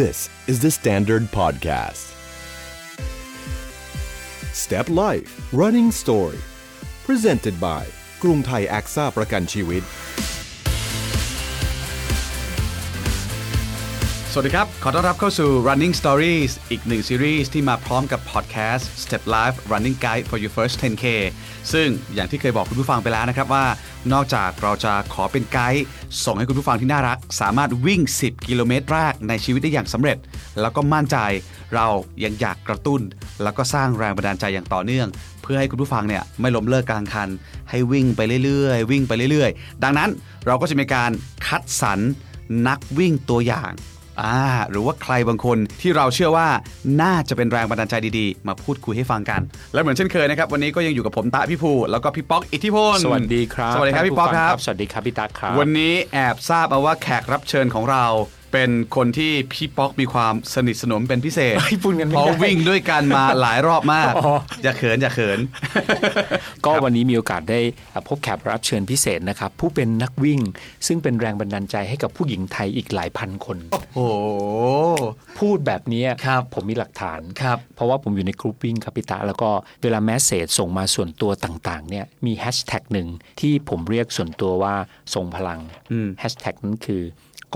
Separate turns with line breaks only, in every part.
This is the Standard Podcast. Step Life Running Story Presented by กรุงไทยแอคซ่าประกันชีวิต
สวัสดีครับ ขอต้อนรับเข้าสู่ Running Stories อีกหนึ่งซีรีส์ที่มาพร้อมกับพอดแคสต์ Step Life Running Guide for Your First 10K ซึ่งอย่างที่เคยบอกคุณผู้ฟังไปแล้วนะครับว่า นอกจากเราจะขอเป็นไกด์ส่งให้คุณผู้ฟังที่น่ารัก สามารถวิ่ง 10 กิโลเมตรแรกในชีวิตได้อย่างสำเร็จ แล้วก็มั่นใจเรายังอยากกระตุ้น แล้วก็สร้างแรงบันดาลใจอย่างต่อเนื่อง เพื่อให้คุณผู้ฟังเนี่ยไม่ล้มเลิกกลางคัน ให้วิ่งไปเรื่อยๆ วิ่งไปเรื่อยๆ ดังนั้นเราก็จะมีการคัดสรรนักวิ่งตัวอย่าง อ่าหรือว่าใครบางคนที่เราเชื่อว่าน่าจะเป็นแรงบันดาลใจดีๆ มาพูดคุยให้ฟังกัน และเหมือนเช่นเคยนะครับวันนี้ก็ยังอยู่กับผมตะพี่ภูแล้วก็พี่ป๊อกอิทธิพล
สวัสดีครับ
สวัสดีครับ
ท่าน
พี่ป๊อกค
ผู้ฟัง
รับ
สวัสดีครับพี่ตั๊กครับ
วันนี้แอบทราบมาว่าแขกรับเชิญของเรา เป็นคนที่พี่ป๊อกมีความสนิทสนมเป็นพิเศษ
เฮ้ยพูดกันไม่
เพราะ
ได้
วิ่งด้วยกันมาหลายรอบ มาก
อ๋อ
อ
อ
ย่าเขินอย่าเขิน
ก็วันนี้มีโอกาสได้พบแขกรับเชิญพิเศษนะครับ ผู้เป็นนักวิ่ง ซึ่งเป็นแรงบันดาลใจให้กับผู้หญิงไทยอีกหลายพันคน
โอ้โห
พูดแบบเนี้ย
ครับ
ผมมีหลักฐาน
ครับ
เพราะว่าผมอยู่ในกรุ๊ปวิ่งครับพี่ตาแล้วก็เวลาแมสเซจส่งมาส่วนตัวต่างๆเนี่ยมีแฮชแท็กหนึ่งที่ผมเรียกส่วนตัวว่าทรงพลัง
อืม
แฮชแท็กนั้นคือ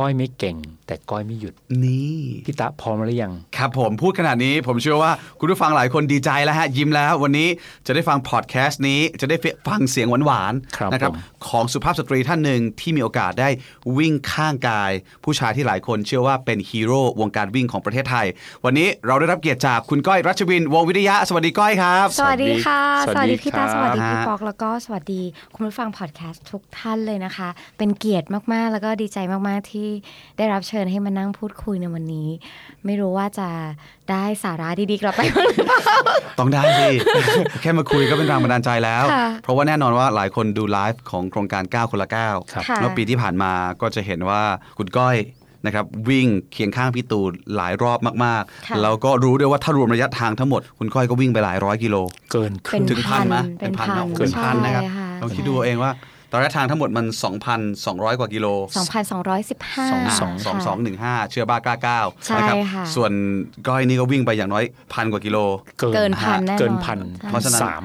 ก้อยไม่เก่ง แต่ก้อยไม่หยุด
นี่
พี่ตาพร้อมหรือยัง
ครับผมพูดขนาดนี้ผมเชื่อว่าคุณผู้ฟังหลายคนดีใจแล้วฮะ ยิ้มแล้ว วันนี้จะได้ฟังพอดแคสต์นี้จะได้ฟังเสียงหวาน
ครับ
ๆนะครับ
ผม
ของสุภาพสตรีท่านหนึ่งที่มีโอกาสได้วิ่งข้างกาย ผู้ชายที่หลายคนเชื่อว่าเป็นฮีโร่วงการวิ่งของประเทศไทย วันนี้เราได้รับเกียรติจากคุณก้อยรัชวิน วงศ์วิทยะสวัสดีก้อยครับ
สวัสดีค่ะ
สวั
สวั
ส
ส
ดี
ดีพี่
ครั
ตา
บ
สวัสดีพี่
ฮะ
ปอก แล้วก็สวัสดีคุณผู้ฟังพอดแคสต์ทุกท่านเลยนะคะ เป็นเกียรติมาก ๆ แล้วก็ดีใจมาก ๆ ที่ได้รับเชิญให้มานั่งพูดคุยในวันนี้ ไม่รู้ว่าจะได้สาระดี ๆ กลับไปบ้างหรือเปล่ า
ต้องได้สิ แค่มาคุยก็เป็นแรงบันดาลใจแล้ว
ค่ะ
เพราะว่าแน่นอนว่าหลายคนดูไลฟ์ของโครงการ 9 คนละ 9
ครับ
ค่ะ
แล้วปีที่ผ่านมาก็จะเห็นว่าคุณก้อยนะครับวิ่งเคียงข้างพี่ตูนหลายรอบมาก
ค่ะ
ๆ แล้วก็รู้ด้วยว่าถ้ารวมระยะทางทั้งหมด คุณก้อยก็วิ่งไปหลายร้อยกิโล
เกินค
เป็
ถึ
รึ่ง
น
งพันไหมย
เป็นพัน
เอะเป็นพัน
ใช่
นะครับ
ค่ะ
ลองคิด
ใช่
ดูเอาเองว่าตอนระยะทางทั้งหมดมัน 2,200 กว่ากิโล
2,215
อ่า
สอง
สองสองหนึ่งห้าเชื่อบ้ากล้าเก้า
ใช่
นะครับ
ค่ะ
ส่วนก้อยนี่ก็วิ่งไปอย่างน้อยพันกว่ากิโล
เกินพันแน่นอน
เกินพัน
ใช่
เพราะฉะนั้น
สาม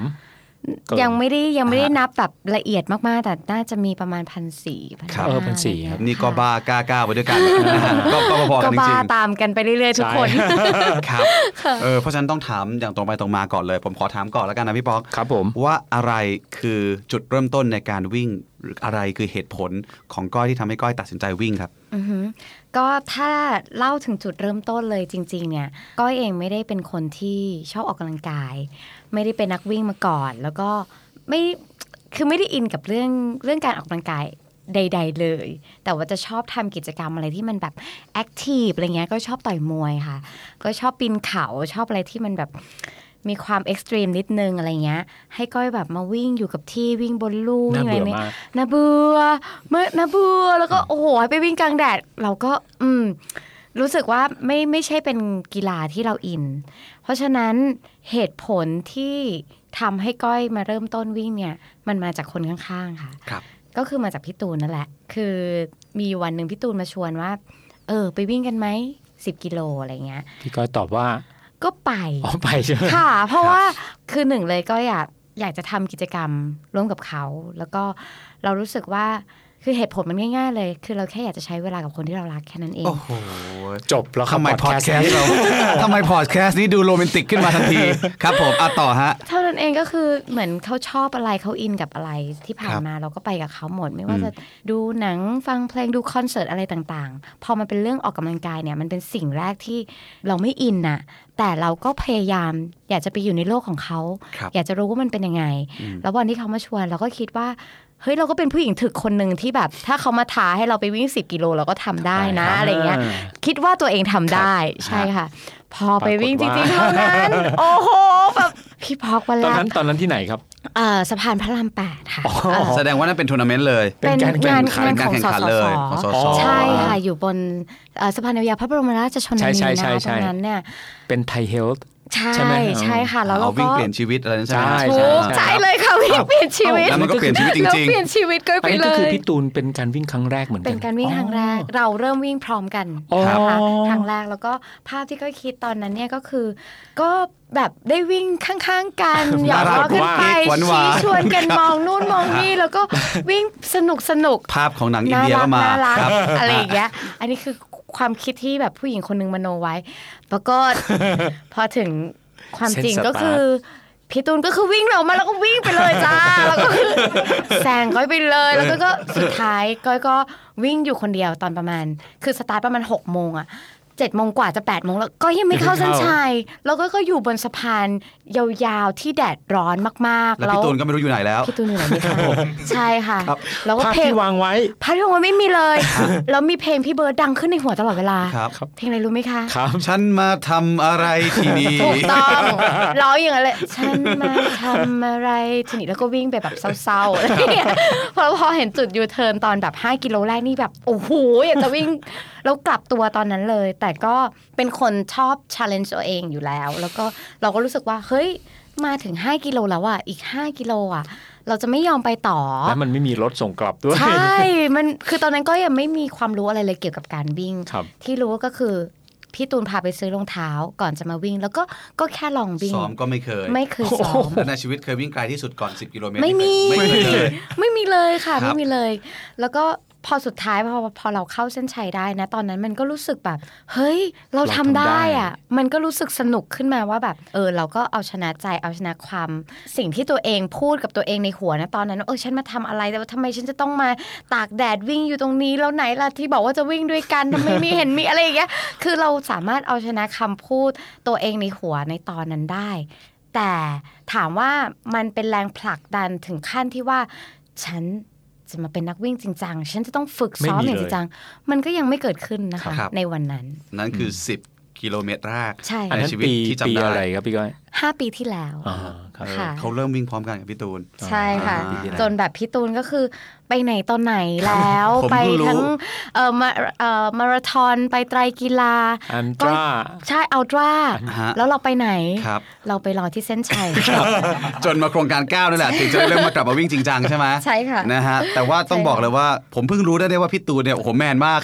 เกิน
ยังไม่ได้ยังไม่ได้
อ่าฮะ
นับแบบละเอียดมาก ๆ แต่น่าจะมีประมาณพันสี่พัน
ครับเออ1,400ครับ
นี่ก็บ้ากล้าเก้าไปด้วยกันนะฮะก็ก็พอๆ
ก็
กันจ
บ้า
ริงๆ
ตามกันไปเรื่อย ๆ ทุกคน
ใช่
ครับเออเพราะฉะนั้นต้องถามอย่างตรงไปตรงมาก่อนเลย ผมขอถามก่อนแล้วกันนะพี่ป๊อก
ครับผม
ว่าอะไรคือจุดเริ่มต้นในการวิ่งหรืออะไรคือเหตุผลของก้อยที่ทำให้ก้อยตัดสินใจวิ่งครับ
อือหือก็ถ้าเล่าถึงจุดเริ่มต้นเลยจริง ๆ เนี่ยก้อยเองไม่ได้เป็นคนที่ชอบออกกำลังกาย ไม่ได้เป็นนักวิ่งมาก่อน แล้วก็ไม่คือไม่ได้อินกับเรื่องเรื่องการออกกำลังกายใด ๆ เลย แต่ว่าจะชอบทำกิจกรรมอะไรที่มันแบบแอคทีฟอะไรเงี้ยก็ชอบต่อยมวยค่ะ ก็ชอบปีนเขาชอบอะไรที่มันแบบมีความเอ็กซ์ตรีมนิดนึงอะไรเงี้ยให้ก้อยแบบมาวิ่งอยู่กับที่วิ่งบนลู่
น่า
วิ่งอะไร
เบื่อ
เนี่ย
มาก
น่าเบื่อเมื่อน่าเบื่อแล้วก็โอ้โหให้ไปวิ่งกลางแดด เราก็อืม รู้สึกว่าไม่ไม่ใช่เป็นกีฬาที่เราอิน เพราะฉะนั้นเหตุผลที่ทำให้ก้อยมาเริ่มต้นวิ่งเนี่ย มันมาจากคนข้างๆค่ะ
ครับ
ก็คือมาจากพี่ตูนนั่นแหละ คือมีวันหนึ่งพี่ตูนมาชวนว่า เออ ไปวิ่งกันไหมสิบกิโลอะไรเงี้ย
พี่ก้อยตอบว่า
ก็ไป
อ๋อไปใช่ไหม
ค่ะ เพราะว่าคือหนึ่งเลยก็อยากอยากจะทำกิจกรรมร่วมกับเขา แล้วก็เรารู้สึกว่าคือเหตุผลมันง่าย ๆ เลย คือเราแค่อยากจะใช้เวลากับคนที่เรารักแค่นั้นเอง
โอ้โห
จบแล้วครับ
ทำไมพอด
podcast
แคสต์เราทำไมพอดแคสต์นี้ดูโรแมนติกขึ้นมาทันที ครับผมอ่ะต่อฮะ
เท่านั้นเองก็คือเหมือนเขาชอบอะไรเขาอินกับอะไรที่ผ่า
คน รับ
มาเราก็ไปกับเขาหมด ไม่ว่า
อืม
จะดูหนังฟังเพลงดูคอนเสิร์ตอะไรต่างๆ พอมันเป็นเรื่องออกกำลังกายเนี่ยมันเป็นสิ่งแรกที่เราไม่อินน่ะ แต่เราก็พยายามอยากจะไปอยู่ในโลกของเขา
ครับ
อยากจะรู้ว่ามันเป็นยังไง
อืม
แล้ววันที่เขามาชวนเราก็คิดว่า เฮ้ยเราก็เป็นผู้หญิงถึกคนหนึ่งที่แบบ ถ้าเขามาท้าให้เราไปวิ่ง 10 กิโลเราก็ทำได้นะ อะไรเงี้ย คิดว่าตัวเองทำได้ใช่ค่ะ พอไปวิ่งจริงๆ
ปรากฏว่า
เท่านั้น โอ้โหแบบพี่พอกวัน
ตอน
แรก
นั้นตอนนั้นที่ไหนครับ
เอ่อสะพานพระรามแปดค่ะ
อ๋อ
เอ่อ
แสดงว่านั่นเป็นทัวร์นาเมนต์เลย
เป็น
เป็นกาง
าร น
แข่ง
การ
ขัน
งานของ
แข่ง
ส
ขัน
ส
เลย
ส
ของส
อ๋อ
ส
ใช่ค่ะ อยู่บนเอ่อสะพานยาวๆพระบรมราชชนนี
ใช่ใช่
นะ
ใช่ใช่
ตรงนั้นเนี่ย
เป็นไทยเฮลท์
ใช่
ใช่ไหม
ใช่ค่ะ แล้วเรา
เอาวิ่ง
ก็
เปลี่ยนชีวิตอะไรนั่นใช่ไหมฮะ
ใช่
ถูกใช่เลยค่ะวิ่ง
อ้าว
เปลี่ยนชีวิต
แล้วมันก็เปลี่ยนชีวิตจ
แล้ว
ริง
เปลี่ยนชีวิตก็
อั
ไป
นนี้
เล
ก็คือย พี่ตูนเป็นการวิ่งครั้งแรกเหมือนกัน
เป็นการวิ่งครั้งแรกเราเริ่มวิ่งพร้อมกัน
อ๋อ
นะคะครั้งแรกแล้วก็ภาพที่ก็คิดตอนนั้นเนี่ยก็คือ ก็แบบได้วิ่งข้างๆกัน หยอกล้อกันไป
น่ารักมากหวาน
ชี้
ๆ
ชวนกันมองนู่นมองนี่แล้วก็วิ่งสนุกสนุกๆ
ภาพของหนังอินเดียก็มา
น่ารัก
ครับ
น่ารักอะไรอย่างเงี้ย อันนี้คือความคิดที่แบบผู้หญิงคนหนึงมโนไว้ ปรากฏ พอถึงความจริง
เส้นสตาร์ท
ก็คือพี่ตูนก็คือวิ่งเรามาแล้วก็วิ่งไปเลยจ้า แล้วก็คือแซงก้อยไปเลย แล้วก็ก็สุดท้ายก้อยก็วิ่งอยู่คนเดียวตอนประมาณ คือสตาร์ทประมาณ6กโมงอะเจ็ดโมงกว่าจะ8ปดโมงแล้วก็ยังไม่เข้าเส้นชัยแล้วก็ก็อยู่บนสะพานยาวๆที่แดดร้อนมากๆ
แล้วพี่ตูนก็ไม่รู้อยู่ไหนแล้ว
พี่ตูนอยู่ไหนไม่ทราบใช่ค่ะ แล้วก็
ภาพ
เพลง
ที่วางไว้
พาร์ทของมันไม่มีเลย แล้วมีเพลงพี่เบิร์ดดังขึ้นในหัวตลอดเวลา
ครับ
เพลงอะไรรู้ไหมคะ
ครับ
ฉันมาทำอะไรที่นี่
ถูกต้อง ร้องอย่างนั้นเลยฉันมาทำอะไรทีนี้แล้วก็วิ่งไปแบบเศร้าๆ อะไรอย่างเงี้ยพอพอเห็นจุดยูเทิร์นตอนแบบ 5 กิโลแรกนี่แบบ โอ้โห อยากจะวิ่ง แล้วกลับตัวตอนนั้นเลย แต่ก็เป็นคนชอบช l เลน g e ตัวเองอยู่แล้ว แล้วก็เราก็รู้สึกว่า เฮ้ย มาถึง 5 กิโลแล้วอะอีก 5 กิโลอะเราจะไม่ยอมไปต่อ
แล้วมันไม่มีรถส่งกลับด้วย
ใช่ มันคือตอนนั้นก็ยังไม่มีความรู้อะไรเลยเกี่ยวกับการวิ่ง
ครับ
ที่รู้ก็คือ พี่ตูนพาไปซื้อรองเท้าก่อนจะมาวิ่ง แล้วก็ก็แค่ลองวิ่ง
ซ้อมก็ไม่เคย
ไม่เคยซ้อม
แล้วในชีวิตเคยวิ่งไกลที่สุดก่อน 10 กิโลเมตร
ไม่มี
ไม่เคยเลย
ไม่มีเลยค่ะ
ครับ
ไม่มีเลย แล้วก็พอสุดท้ายพอพอเราเข้าเส้นชัยได้นะ ตอนนั้นมันก็รู้สึกแบบ เฮ้ย เราทำได้อะมันก็รู้สึกสนุกขึ้นมาว่าแบบ เออ เราก็เอาชนะใจเอาชนะความ สิ่งที่ตัวเองพูดกับตัวเองในหัวนะตอนนั้นว่าเออฉันมาทำอะไรแต่ว่าทำไมฉันจะต้องมาตากแดดวิ่งอยู่ตรงนี้แล้วไหนล่ะที่บอกว่าจะวิ่งด้วยกันทำไมไมีเห็นมีอะไรอย่างเงี้ยคือเราสามารถเอาชนะคำพูดตัวเองในหัวในตอนนั้นได้ แต่ถามว่ามันเป็นแรงผลักดันถึงขั้นที่ว่า ฉันจะมาเป็นนักวิ่งจริงจังฉันจะต้องฝึกซ้อม
ไม่มี
อ
เลย
ย่างจริงจังมันก็ยังไม่เกิดขึ้นนะคะ
ครับ
ในวันนั้น
นั่นคือ 10 กิโลเมตรแรก
ใช่
อัน
ใน
นั้น
ชีวิต
ปี
ที่
ปี
จำได้
อะไรครับพี่ก้อย
ห้าปีที่แล้ว
อ่าครับ
ค่ะ
เขาเริ่มวิ่งพร้อมกันกับพี่ตูน
ใช่ค่ะ
อ่า
จนแบบพี่ตูนก็คือไปไหนตอนไหนแล้ว
ผม
ไป
เพิ่งรู้
ทั้งเอ่อมาเอ่อมาราธอนไปไตรกีฬา
อันตรา
ใช่อัลตร้า
ฮะ
แล้วเราไปไหน
ครับ
เราไปรอที่เส้นชัย
จนมาโครงการ9นั่นแหละถึงจะได้เริ่มมากลับมาวิ่งจริงจังใช่ไหม
ใช่ค่ะ
นะฮะแต่ว่าต้อง
ใช่ค่ะ
บอกเลยว่าผมเพิ่งรู้ได้เนี่ยว่าพี่ตูนเนี่ยโอ้โหแมน มาก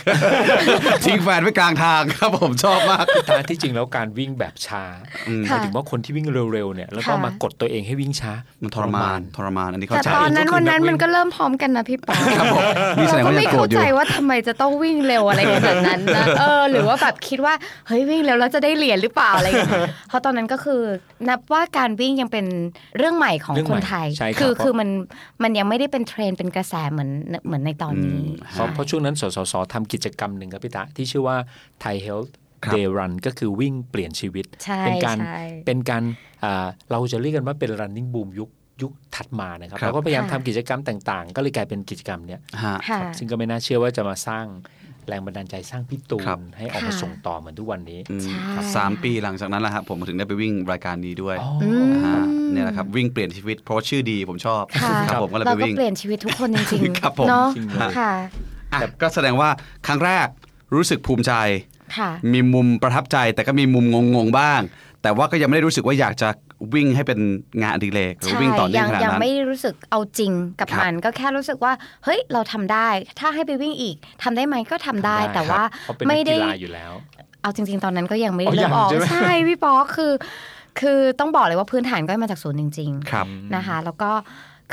ทิ้งแฟนไว้กลางทางครับผมชอบมาก
แต่ที่จริงแล้วการวิ่งแบบช้าหมายถึงว่าคนที่วิ่งเร็วๆเนี่ยแล้วก็
ค่ะ
มากดตัวเองให้วิ่งช้า
มั
มัน
ทรมานทรมานอันนี้เข้า
แต่
ใจ
ตอนนั้นวันนั้นมันก็เริ่มพร้อมกันนะพี่ปอ
ครับผมนี่แสด
เรา
ง
ก็
ว่ายั
ไม่
งโกรธ
เข้า
อยู่
ใจว่าทำไมจะต้องวิ่งเร็วอะไรขนาดนั้น นะเออ หรือว่าแบบคิดว่าเฮ้ยวิ่งเร็วแล้วจะได้เหรียญหรือเปล่าอะไรอย่างเงี้ยเพราะตอนนั้นก็คือ นับว่าการวิ่งยังเป็นเรื่องใหม่ของ
เรื่อง
ค
ใหม่
นไทย
ใช่ครับ
อคือมันมันยังไม่ได้เป็นเทรนด์เป็นกระแสเหมือนเหมือนในตอนนี้
อืม
เพราะเพราะช่วงนั้นสสสทำกิจกรรมหนึ่งครับพี่ตาที่ชื่อว่า Thai Health
ครับ
Day Run ก็คือวิ่งเปลี่ยนชีวิต
ใช่
เป็นการ
ใช่
เป็นการอ่าเราจะเรียกกันว่าเป็น running boom ยุคยุคถัดมานะครับ
ครับ
เราก็พยายาม
ค่ะ
ทำกิจกรรมต่างๆ ก็เลยกลายเป็นกิจกรรมเนี่ย
ฮะ
ค่ะ
ซึ่งก็ไม่น่าเชื่อว่าจะมาสร้างแรงบันดาลใจสร้างพี่ตูน
ครับ
ให้ออกมา
ค่ะ
ส่งต่อเหมือนทุกวันนี้
อืม
ใช่
สามปีหลังจากนั้นแหละครับผมถึงได้ไปวิ่งรายการนี้ด้วย
อ๋อ
อื
อ
ม
ฮะเนี่ยแหละครับวิ่งเปลี่ยนชีวิตเพราะชื่อดีผมชอบ
ค่ะ
ครับผมก็เลย
เรา
ไป
ก็
วิ่ง
เปลี่ยนชีวิตทุกคนจริง
ครับผม
เนาะ
จริงเลย
ค่ะ
อ่ะก็แสดงว่าครั้งแรกรู้สึกภูมิใจ
ค่ะ
มีมุมประทับใจแต่ก็มีมุมงงๆบ้าง แต่ว่าก็ยังไม่ได้รู้สึกว่าอยากจะวิ่งให้เป็นงานอดิเรกหรือ
ใช่
วิ่งต่อเนื่องขนาด
ยั
นั้น
ไม่รู้สึกเอาจริงกับ
ครับ
มันก็แค่รู้สึกว่าเฮ้ยเราทำได้ ถ้าให้ไปวิ่งอีกทำได้ไหมก็ทำได้แต่ว่า
ครับเขาเป็นนั
ไม่
ก
ได้
กีฬาอยู่แล้ว
เอาจริง ๆ ตอนนั้นก็ยังไม่ได้
อ๋อ
เริ่ม
ยัง
ออก
ใช่ไหม
ใช่พี่ป๊อกคือ คือต้องบอกเลยว่าพื้นฐานก็มาจากศูนย์จริง
ครับ
ๆนะคะ แล้วก็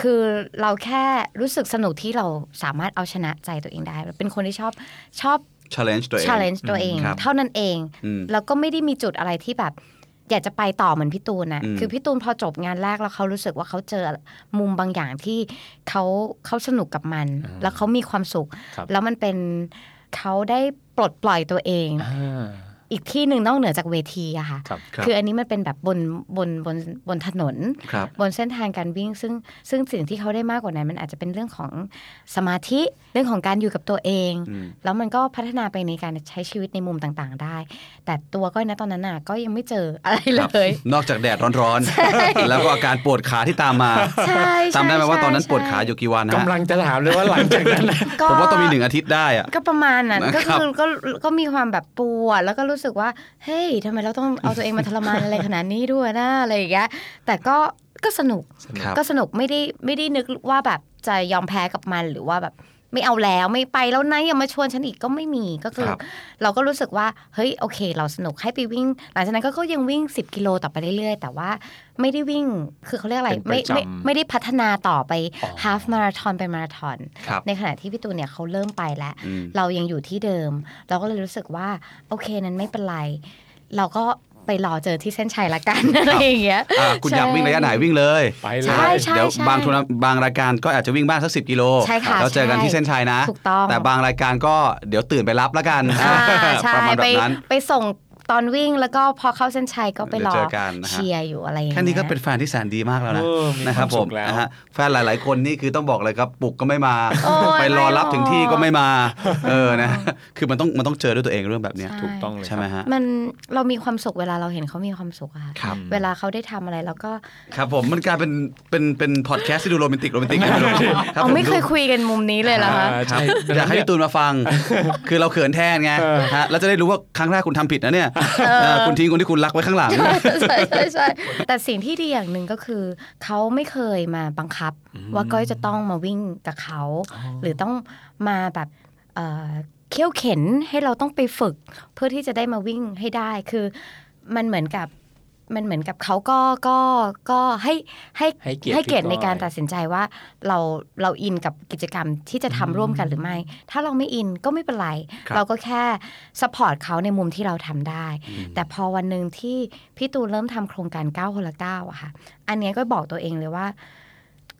คือเราแค่รู้สึกสนุกที่เราสามารถเอาชนะใจตัวเองได้ เป็นคนที่ชอบชอบ
challenge ตัวเอง
challenge ตัวเอง
ครับ
เท่านั้นเอง
อืม
แล้วก็ไม่ได้มีจุดอะไรที่แบบ อยากจะไปต่อเหมือนพี่ตูนนะ
อืม
คือพี่ตูนพอจบงานแรกแล้วเขารู้สึกว่าเขาเจอมุมบางอย่างที่เขาเขาสนุกกับมัน
อ่า
แล้วเขามีความสุข
ครับ
แล้วมันเป็นเขาได้ปลดปล่อยตัวเอง
อ่า
อีกที่หนึ่งนอกเหนือจากเวทีอะค่ะ
ครับ
ครับ
ออันนี้มันเป็นแบบบนบนบนบนถนน
ครับ
บนเส้นทางการวิ่งซึ่งซึ่งสิ่งที่เขาได้มากกว่านั้น มันอาจจะเป็นเรื่องของสมาธิเรื่องของการอยู่กับตัวเอง
อืม
แล้วมันก็พัฒนาไปในการใช้ชีวิตในมุมต่างๆ ได้ แต่ตัวก้อยนะตอนนั้นน่ะก็ยังไม่เจออะไรเล
ครับ
ย
นอกจากแดดร้อนๆ แล้วก็อาการปวดขาที่ตามมา
ใช่
จำได้ไหม
ใช่
ว่าตอนนั้น
ใช่
ปวดขาอยู่กี่วันฮะ
กำลังจะถามเลยว่าหลังจากนั้นน่ะ
ก็
ผมว่าต้องมีหนึ่งอาทิตย์ได้อะ
ก็ประมาณนั้น
นะครั
ก็
บ
คือก็ก็มีความแบบปวดแล้วก็รู้ รู้สึกว่า เฮ้ยทำไมเราต้องเอาตัวเองมาทรมาน อะไรขนาดนี้ด้วยนะอะไรอย่างเงี้ยแต่ก็ก็สนุก
ครับ
ก็สนุกไม่ได้ไม่ได้นึกว่าแบบจะยอมแพ้กับมันหรือว่าแบบไม่เอาแล้วไม่ไปแล้วนะอย่ามาชวนฉันอีกก็ไม่มีก็คือ
ครับ
เราก็รู้สึกว่าเฮ้ยโอเค เราสนุกให้ไปวิ่ง หลังจากนั้นก็ก็ยังวิ่ง 10 กิโลต่อไปเรื่อยๆ แต่ว่าไม่ได้วิ่งคือเขาเรียกอะไร
เป็นป
ไม่
ระจำ
ไม่ไม่ได้พัฒนาต่อไปฮาฟมาราทอนเป็นมาราทอน
ครับ
ในขณะที่พี่ตูนเนี่ยเขาเริ่มไปแล้ว
อืม
เรายังอยู่ที่เดิม เราก็เลยรู้สึกว่า โอเคนั้นไม่เป็นไร เราก็ไปรอเจอที่เส้นชัยละกัน อะไรอย่างเงี้ย
อ่ะคุณอยากวิ่งระยะไหนวิ่งเลย
ไปเลย
ใช่ใช่
เดี๋ยว
ใช่
บางทุนบางรายการก็อาจจะวิ่งบ้างสักสิกิโล
ใช่ค่ะ
แล้วเจอกันที่เส้นชัยนะ
ถูกต้อง
แต่บางรายการก็เดี๋ยวตื่นไปรับแล้วกัน
อ่าใช่
ประมาณแบ
ไป
บนั้น
ไปส่งตอนวิ่งแล้วก็พอเข้าเส้นชัยก็ไปรอ
เดี๋ยวเจอกันนะฮะ
เชียร์อยู่อะไรอย่างเงี้ย
แค่นี้ก็เป็นแฟนที่แสนดีมากแล้วนะ
เออมี
นะครับ
ความ
ผ
สุ
ม
ขแล้ว
นะฮะแฟนหลาย ๆ คนนี่คือต้องบอกเลยครับปลุกก็ไม่มา
โอ้ย
ไปรอรับ
ไม่หรอก
ถึงที่ก็ไม่มาเออนะคือมันต้องมันต้องเจอด้วยตัวเองเรื่องแบบเนี้ย
ใช่
ถูกต้องเลยค
ใช่
รับ
ไหมฮะ
มันเรามีความสุขเวลาเราเห็นเขามีความสุขอะค่ะ
ครับ
เวลาเขาได้ทำอะไรแล้วก็
ครับผมมันกลายเป็นเป็นเป็นพอดแคสต์ที่ดูโรแมนติกโรแมนติกเลยรับ
เอา
ผ
ไม่เคยคุยกันมุมนี้เลยเหรอคะ
อ่า
ครับ
ใช่
อยากให้พี่ตูนมาฟั ง คือเราเขินแทนไง
เออ
ฮะแล้วจะได้รู้ว่าครั้งแรกคุณทำผิดนะเนี่ยเออคุณทิ้งคนที่คุณรักไว้ข้างหลัง
ใช่ ใช่ใช่แต่สิ่งที่ดีอย่างหนึ่งก็คือ เขาไม่เคยมาบังคับ ว่าก้อยจะต้องมาวิ่งกับเขา หรือต้องมาแบบเอ่อเขี่ยวเข็นให้เราต้องไปฝึก เพื่อที่จะได้มาวิ่งให้ได้คือมันเหมือนกับมันเหมือนกับเขาก็ก็ก็ให้ให้
ให้เกียรติพี่ก้อย
ในการตัดสินใจว่าเราเราอินกับกิจกรรมที่จะทำร่วมกันหรือไม่ ถ้าเราไม่อินก็ไม่เป็นไร
ครับ
เราก็แค่สปอร์ตเขาในมุมที่เราทำได้ แต่พอวันหนึ่งที่พี่ตูนเริ่มทำโครงการ9คนละ9อะค่ะ อันเนี้ยก็บอกตัวเองเลยว่า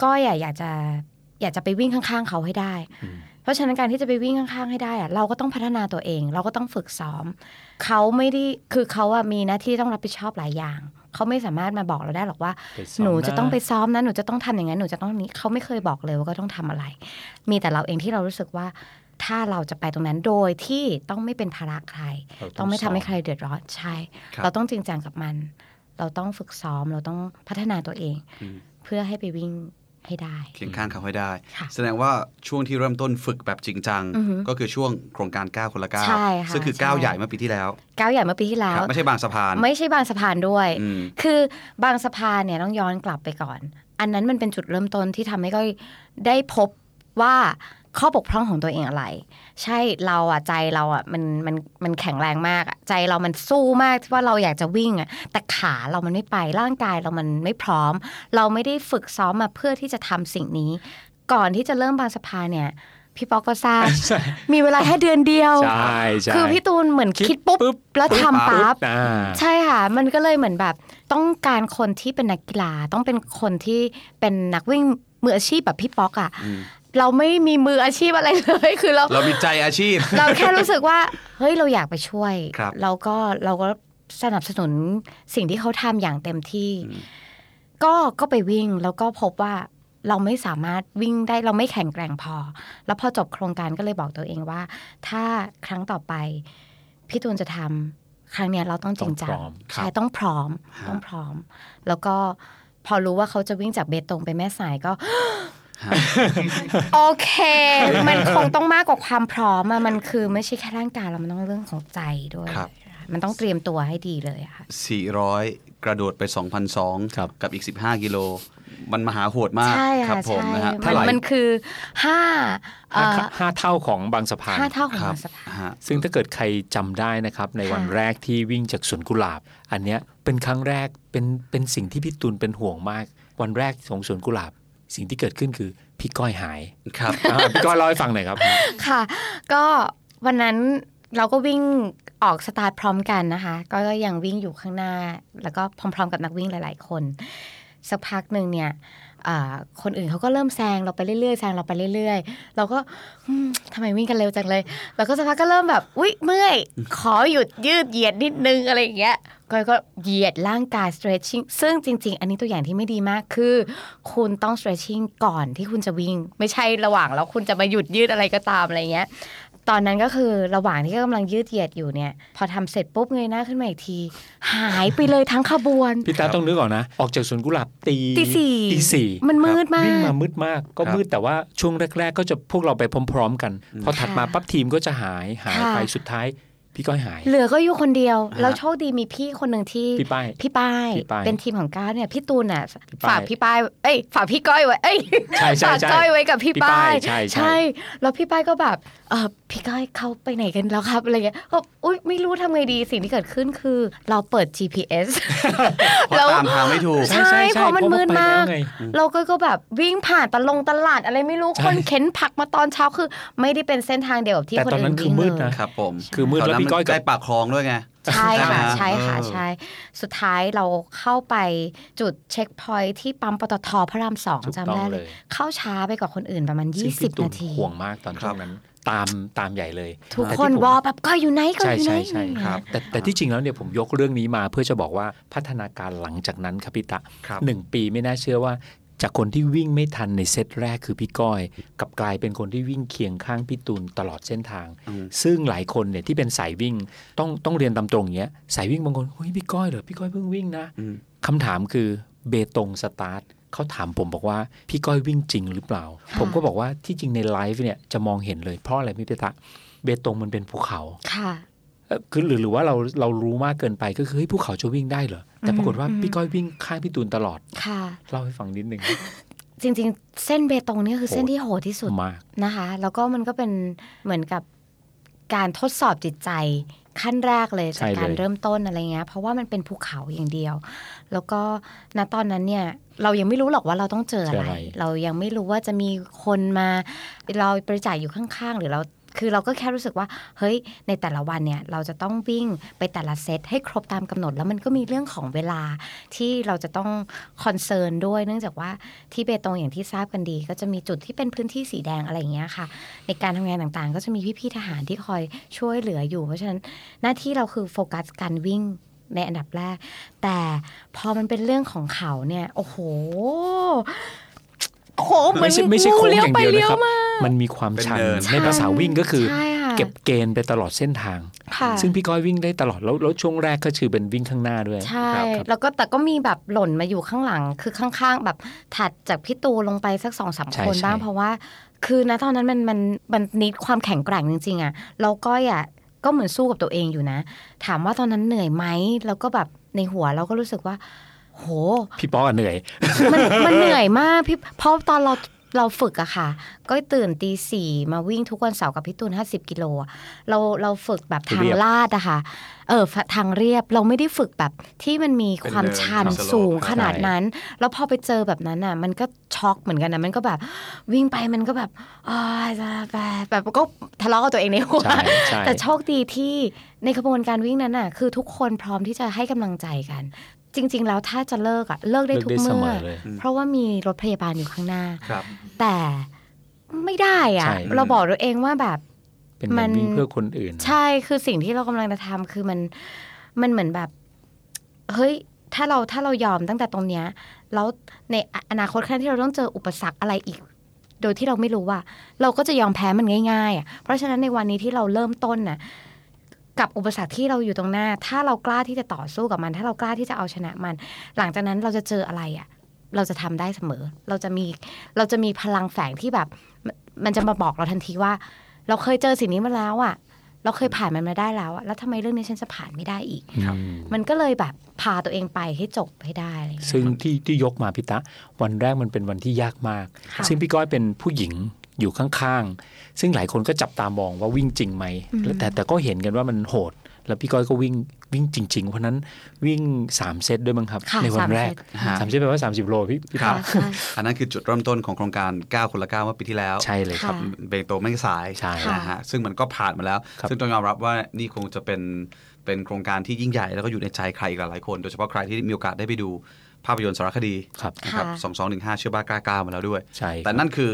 ก็อยากอยากจะอยากจะไปวิ่งข้างๆ เขาให้ได้ เพราะฉะนั้นการที่จะไปวิ่งข้างๆให้ได้อะเราก็ต้องพัฒนาตัวเอง เราก็ต้องฝึกซ้อม เขาไม่ได้คือเขาอะมีหน้าที่ต้องรับผิดชอบหลายอย่าง เขาไม่สามารถมาบอกเราได้หรอกว่า
ไปซ้อม
หนูจะต้องไปซ้อมนะหนูจะต้องทำอย่างนั้นหนูจะต้องนี้เขาไม่เคยบอกเลยว่าก็ต้องทำอะไร มีแต่เราเองที่เรารู้สึกว่า ถ้าเราจะไปตรงนั้นโดยที่ต้องไม่เป็นภาระใคร
เรา
ต้องไม่ทำให้
ซ้อ
ใครเดือดร้อนใช่
ครับ
เราต้องจริงจังกับมัน เราต้องฝึกซ้อมเราต้องพัฒนาตัวเอง เพื่อให้ไปวิ่งให้ได้
เคียงข้างเขาให้ได้
ค่ะ
แสดงว่าช่วงที่เริ่มต้นฝึกแบบจริงจัง
อือหือ
ก็คือช่วงโครงการ 9 คนละ
ใช่
9
ค่ะ
ซึ่งคือ
ใช่
9 ใหญ่เมื่อปีที่แล้ว
ก้าวใหญ่เมื่อปีที่แล้
คว รับไม่ใช่บางสะพาน
ไม่ใช่บางสะพานด้วย
อืม
คือบางสะพานเนี่ยต้องย้อนกลับไปก่อน อันนั้นมันเป็นจุดเริ่มต้นที่ทำให้ก้อยได้พบว่าข้อบกพร่องของตัวเองอะไร ใช่เราอะใจเราอะมันมันมันแข็งแรงมากอะใจเรามันสู้มากที่ว่าเราอยากจะวิ่งอะแต่ขาเรามันไม่ไปร่างกายเรามันไม่พร้อม เราไม่ได้ฝึกซ้อมมาเพื่อที่จะทำสิ่งนี้ ก่อนที่จะเริ่มบางสะพานเนี่ย พี่ป๊อกก็ทราบ
ใช่
มีเวลาแค่เดือนเดียว
ใช่ใช่
คือพี่ตูนเหมือน
คิ
คิด
ดปุ๊
ปุ๊บบ แล้วทำปั๊บ
อ่า
ใช่ค่ะ มันก็เลยเหมือนแบบต้องการคนที่เป็นนักกีฬา ต้องเป็นคนที่เป็นนักวิ่งมืออาชีพแบบพี่ป๊อกอะ่ะ เราไม่มีมืออาชีพอะไรเลย คือเรา
เรามีใจอาชีพ
เราแค่รู้สึกว่า เฮ้ยเราอยากไปช่วย
ครับ
เราก็เราก็สนับสนุนสิ่งที่เขาทำอย่างเต็มที่ ก็ก็ไปวิ่งแล้วก็พบว่าเราไม่สามารถวิ่งได้เราไม่แข็งแกร่งพอ แล้วพอจบโครงการก็เลยบอกตัวเองว่า ถ้าครั้งต่อไปพี่ตูนจะทำครั้งเนี้ยเราต้องจริงจั
ต้อง งพร้อมครับ
ใช่ต้องพร้อมต้องพร้อม แล้วก็พอรู้ว่าเขาจะวิ่งจากเบตงไปแม่สายก็ โอ เค มันคงต้องมากกว่าความพร้อมอะมันคือไม่ใช่แค่ร่างกายเรามันต้องเรื่องของใจด้วย
ครับ
มันต้องเตรียมตัวให้ดีเลยอะค่ะ
400 กระโดดไป
ครับ
2,002 กับอีก 15 กิโล มันมหาโหดมาก
ใช่
ครั
ค่ะ
ผม
ใช่
นะฮะ
มัน
หลาย
มันคือห้าเอ่
ห้า
อ
ห้าเท่าของบางสะพาน
ห้าเท่าของ
ค
ห
รับ
มาสภา
ฮะ
ซึ่งถ้าเกิดใครจำได้นะครับ ในวัน
ค่ะ
แรกที่วิ่งจากสวนกุหลาบ อันเนี้ยเป็นครั้งแรกเป็นเป็นสิ่งที่พี่ตูนเป็นห่วงมาก วันแรกของสวนกุหลาบ สิ่งที่เกิดขึ้นคือพี่ก้อย หาย
ครับ
อ่าพี่ก้อยเล่าให้ฟังหน่อยครับ
ค่ะ ก็วันนั้นเราก็วิ่งออกสตาร์ทพร้อมกันนะคะ ก็ก็ยังวิ่งอยู่ข้างหน้า แล้วก็พร้อมๆกับนักวิ่งหลาย ๆ คน สักพักหนึ่งเนี่ยอ่าคนอื่นเขาก็เริ่มแซงเราไปเรื่อยๆแซงเราไปเรื่อยๆ เราก็อืมทำไมวิ่งกันเร็วจังเลยแล้วก็สักพักก็เริ่มแบบอุ๊ยเมื่อย ขอหยุดยืดเหยียดนิดนึงอะไรอย่างเงี้ยก็ก็เหยียดร่างกาย stretching ซึ่งจริง ๆ อันนี้ตัวอย่างที่ไม่ดีมากคือ คุณต้อง stretching ก่อนที่คุณจะวิ่ง ไม่ใช่ระหว่างแล้วคุณจะมาหยุดยืดอะไรก็ตามอะไรเงี้ย ตอนนั้นก็คือระหว่างที่กำลังยืดเหยียดอยู่เนี่ย พอทำเสร็จปุ๊บเงยหน้าขึ้นมาอีกที หายไปเลยทั้งขบวน
พี่ตาต้องนึกก่อนนะ ออกจากสวนกุหลาบตี
ตีสี่
ตีสี่
มันมืดมา
วิ่ง
ก
มามืดมาก
ค
ก็
รับ
มืดแต่ว่าช่วงแรก ๆ ก็จะพวกเราไปพร้อม ๆ กัน พอถัดมาปั๊บทีมก็จะหายหายไป
ค่ะ
สุดท้าย พี่ก้อยหาย
เหลือก็อยู่คนเดียว
ฮะ
แล้วโชคดีมีพี่คนหนึ่งที่
พี่ป้าย
พี่ป้าย
พี่ป้าย
เป็นทีมของก้าวเนี่ยพี่ตูนอ่ะ
พี่ป้าย
ฝากพี่ป้ายเอ้ยฝากพี่ก้อยไว้เอ้ย
ใช่ใช่
ฝาก
ใช่
ก้อยไว้กับพี่
พี่ป้า
ป้าย ย
ใช่ใช่
แล้วพี่ป้ายก็แบบเออพี่ก้อยเขาไปไหนกันแล้วครับอะไรเงี้ยก็อุ้ยไม่รู้ทำไงดีสิ่งที่เกิดขึ้นคือ เราเปิด GPS
เพราะตามทางไม่ถูก
ใช่เพราะมันมืด
ไปแล้ว
มาก
ไง
เราก็ก็แบบวิ่งผ่านตะลงตลาดอะไรไม่รู้
ใช่
คนเข็นผักมาตอนเช้าคือ ไม่ได้เป็นเส้นทางเดียวกับที่
แต่
คน
ตอน
อื่
นั้น นคือ
วิ่ง
มืด
เลย
นะ
ครับผม
คือมืดแล้วพี่ก้อยกับ
ได้ปากคลองด้วยไง
ใช่
ใช่ไหม
ค่ะ
ฮะ
ใช่ค่ะ
เออ
ใช่สุดท้ายเราเข้าไปจุดเช็คพอยท์ที่ปั๊มปตทพระรามสอง
ถูกต้อ
จำ
ง
ได้
เล
เลย ย เข้าช้าไปกว่าคนอื่นประมาณ
ซึ่งพี่
20
ตู
นาที
ห่วงมากตอน
ครั
ช่ว
บ
งนั้น ตามตามใหญ่เลย
ทุก
แต่ที่
คน
ผม
วอแบบก็อยู่ไหนก็
ใช่
อยู่ไหน
ใช่ใช่
อยู่ไหน
ครับ
แต่แต่ที่จริงแล้วเนี่ยผมยกเรื่องนี้มาเพื่อจะบอกว่าพัฒนาการหลังจากนั้นครับพี่ตะ
ครับ
หนึ่งปีไม่น่าเชื่อว่า จากคนที่วิ่งไม่ทันในเซตแรกคือพี่ก้อยกลับกลายเป็นคนที่วิ่งเคียงข้างพี่ตูนตลอดเส้นทาง
อืม
ซึ่งหลายคนเนี่ยที่เป็นสายวิ่งต้องต้องเรียนตามตรงอย่างเงี้ยสายวิ่งบางคนเฮ้ยพี่ก้อยเหรอพี่ก้อยเพิ่งวิ่งนะ
อืม
คำถามคือเบตงสตาร์ทเขาถามผมบอกว่าพี่ก้อยวิ่งจริงหรือเปล่า
ค่ะ
ผมก็บอกว่าที่จริงในไลฟ์เนี่ยจะมองเห็นเลยเพราะอะไรพี่ตะเบตงมันเป็นภูเขา
ค่ะ
เอ่อคือหรือหรือว่าเราเรารู้มากเกินไปก็คือเฮ้ยภูเขาจะวิ่งได้เหรอ แต่
อืม
ปรากฏว่า
อืม
พี่ก้อยวิ่งข้างพี่ตูนตลอด
ค่ะ
เล่าให้ฟังนิดนึง
จริงๆ เส้นเบตงเนี่ยคือเส้น
โหด
ที่โหดที่สุด
มาก
นะคะ แล้วก็มันก็เป็นเหมือนกับการทดสอบจิตใจขั้นแรกเลยจากการเริ่มต้นอะไรเงี้ยเพราะว่ามันเป็นภูเขาอย่างเดียว แล้วก็ณตอนนั้นเนี่ยเรายังไม่รู้หรอกว่าเราต้องเจออะไร เรายังไม่รู้ว่าจะมีคนมา เราบริจาคอยู่ข้างๆ หรือเราคือเราก็แค่รู้สึกว่า เฮ้ย ในแต่ละวันเนี่ยเราจะต้องวิ่งไปแต่ละเซตให้ครบตามกำหนด แล้วมันก็มีเรื่องของเวลาที่เราจะต้องคอนเซิร์นด้วย เนื่องจากว่าที่เบตงอย่างที่ทราบกันดี ก็จะมีจุดที่เป็นพื้นที่สีแดงอะไรอย่างเงี้ยค่ะ ในการทำงานต่างๆ ก็จะมีพี่ๆทหารที่คอยช่วยเหลืออยู่ เพราะฉะนั้นหน้าที่เราคือโฟกัสการวิ่งในอันดับแรก แต่พอมันเป็นเรื่องของเขาเนี่ยโอ้โหโค้งเหมือน
ไม่ใช่ไม่ใช่
งู
โค้งอ
เลี้ยว
ย่าง
ไป
เดียว
เลี้
นะ
ยว
ครับ
มา
มันมีความชัน
เป็นเนิน
ในภาษาวิ่งก็คือ
ใช่ะ
เก็บเกณฑ์ไปตลอดเส้นทาง
ค่ะ
ซึ่งพี่ก้อยวิ่งได้ตลอดแล้วแล้วช่วงแรกก็คือเป็นวิ่งข้างหน้าด้วย
ใช่
ครับครับ
แล้วก็แต่ก็มีแบบหล่นมาอยู่ข้างหลัง คือข้างๆ แบบถัดจากพี่ตูลงไปสักสองสาม
ใช่
คนบ้าง
ใช่
เพราะว่า คือนะตอนนั้นมันมันมันนิดความแข็งแกร่งจริงๆอะแล้วก้อยอะก็เหมือนสู้กับตัวเองอยู่นะ ถามว่าตอนนั้นเหนื่อยไหมแล้วก็แบบในหัวเราก็รู้สึกว่า โห
พี่ป๊อกอะเหนื่อย
มันมันเหนื่อยมากพี่เพราะตอนเราเราฝึกอะค่ะ ก็ตื่นตีสี่มาวิ่งทุกวันเสาร์กับพี่ตูน 50 กิโลอะเราเราฝึกแบบทาง
เรียบ
ลาดอะค่ะ เออทางเรียบเราไม่ได้ฝึกแบบที่มันมีความ
เป็นเนิน
ชัน
ความสโลป
สูงขนาดนั้น แล้วพอไปเจอแบบนั้นอะมันก็ช็อกเหมือนกันนะมันก็แบบวิ่งไปมันก็แบบอ้ายแบบแบบก็ทะเลาะกับตัวเองในหัว
ใช่ใช่
แต่โชคดีที่ในขบวนการวิ่งนั้นน่ะคือทุกคนพร้อมที่จะให้กำลังใจกัน จริง ๆ แล้วถ้าจะเลิกอะเลิกได้ทุก
เลิกได้เสม
เมื่อ
อเลย
เพราะว่ามีรถพยาบาลอยู่ข้างหน้า
ครับ
แต่ไม่ได้อะ
ใช่
เราบอกตัวเองว่าแบบ
เป็นการวิ่งเพื่อคนอื่น
ใช่คือสิ่งที่เรากำลังจะทำคือมันมันเหมือนแบบ เฮ้ย ถ้าเราถ้าเรายอมตั้งแต่ตรงเนี้ยแล้วในอนาคตข้างหน้าที่เราต้องเจออุปสรรคอะไรอีก โดยที่เราไม่รู้ว่า เราก็จะยอมแพ้มันง่ายๆอ่ะเพราะฉะนั้นในวันนี้ที่เราเริ่มต้นน่ะกับอุปสรรคที่เราอยู่ตรงหน้า ถ้าเรากล้าที่จะต่อสู้กับมัน ถ้าเรากล้าที่จะเอาชนะมัน หลังจากนั้นเราจะเจออะไรอ่ะ เราจะทำได้เสมอ เราจะมีเราจะมีพลังแฝงที่แบบมันมันจะมาบอกเราทันทีว่า เราเคยเจอสิ่งนี้มาแล้วอ่ะ เราเคยผ่านมันมาได้แล้วอ่ะแล้วทำไมเรื่องนี้ฉันจะผ่านไม่ได้อีก
ครับ
มันก็เลยแบบพาตัวเองไปให้จบให้ได้อะไรอย่างเงี้ย
ซึ่งที่ที่ยกมาพิตะ วันแรกมันเป็นวันที่ยากมาก
ค่ะ
ซึ่งพี่ก้อยเป็นผู้หญิงอยู่ข้างๆ ซึ่งหลายคนก็จับตามองว่าวิ่งจริงไหมแล้วแต่แต่ก็เห็นกันว่ามันโหด แล้วพี่ก้อยก็วิ่งวิ่งจริง ๆ เพราะนั้นวิ่ง 3 เซตด้วยมั้งครับ
ค่ะ
ในวั
สาน ม
แร
เซ
ก
ต
ฮะ
สามเซตแปลว่า 30 โลพี่พี่
ครั
ตะ
บ
ค่ะ
อันนั้นคือจุดเริ่มต้นของโครงการ 9 คนละ 9 เมื่อปีที่แล้ว
ใช่เลยครับ
ค่ะ
เบงโตไม่สาย
ใช่
นะฮะซึ่งมันก็ผ่านมาแล้ว
ครับ
ซึ่งต้องยอมรับว่านี่คงจะเป็นเป็นโครงการที่ยิ่งใหญ่แล้วก็อยู่ในใจใครอีกหลายๆคน โดยเฉพาะใครที่มีโอกาสได้ไปดูภาพยนตร์สารคดี
ครับ
นะครับ
ค่ะ
สองสองหนึ่งห้าเชื่อบ้ากล้ากล้ามาแล้วด้วย
ใช่
แต่นั่นคือ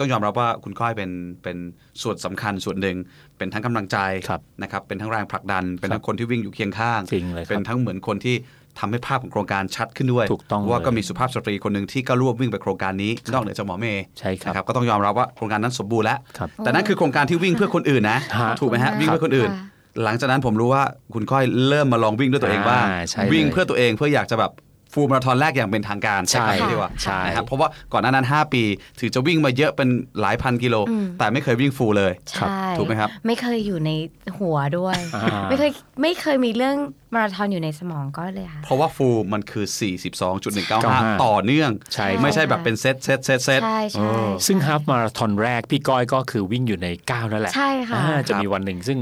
ต้องยอมรับว่าคุณก้อยเป็นเป็นส่วนสำคัญส่วนหนึ่ง เป็นทั้งกำลังใจ
ครับ
นะครับเป็นทั้งแรงผลักดัน เป็นทั้งคนที่วิ่งอยู่เคียงข้าง
จริงเลยค
เป็
รั
น
บ
ทั้งเหมือนคนที่ทำให้ภาพของโครงการชัดขึ้นด้วย
ถูกต้อง
ว่าก็
เลย
มีสุภาพสตรีคนหนึ่งที่ก็ร่วมวิ่งไปโครงการนี้ นอกเหนือจากหมอเมย์
ใช่ครับ
นะครับก็ต้องยอมรับว่าโครงการนั้นสมบูรณ์แล้ว
ครับ
แต่นั่นคือโครงการที่วิ่งเพื่อคนอื่นนะ
ฮะ
ถูกไหมฮะ
ขอบคุณมาก
วิ่งเพื่อคนอื่น
ค่ะ
หลังจากนั้นผมรู้ว่าคุณก้อยเริ่มมาลองวิ่งด้วยตัวเองบ้าง
อ่าใช่เลย
วิ่งเพื่อตัวเองเพื่ออยากจะแบบโฟ ฟูลมาราธอนแรกอย่างเป็นทางการ
ใช่
คำนี้ดีกว่า
ใช่
นะครับเพราะว่าก่อนหน้านั้น 5 ปี ถือจะวิ่งมาเยอะเป็นหลายพันกิโล
อืม
แต่ไม่เคยวิ่งฟูลเลย
ใช่
ถูกไหมครับ
ไม่เคยอยู่ในหัวด้วย
อ่า
ไม่เคยไม่เคยมีเรื่องมาราธอนอยู่ในสมองก็เลยค่ะ
เพราะว่าฟูลมันคือ 42.195
95
ต่อเนื่อง
ใช่
ไม่ใช่แบบเป็นเซตเซตเซตเซต
ใช่ใช่
ซึ่งฮาฟมาราธอนแรกพี่ก้อยก็คือวิ่งอยู่ใน 9 นั่นแหละ
ใช่ค่ะ
อ่าจะ
ครับ
มีวันหนึ่งซึ่ง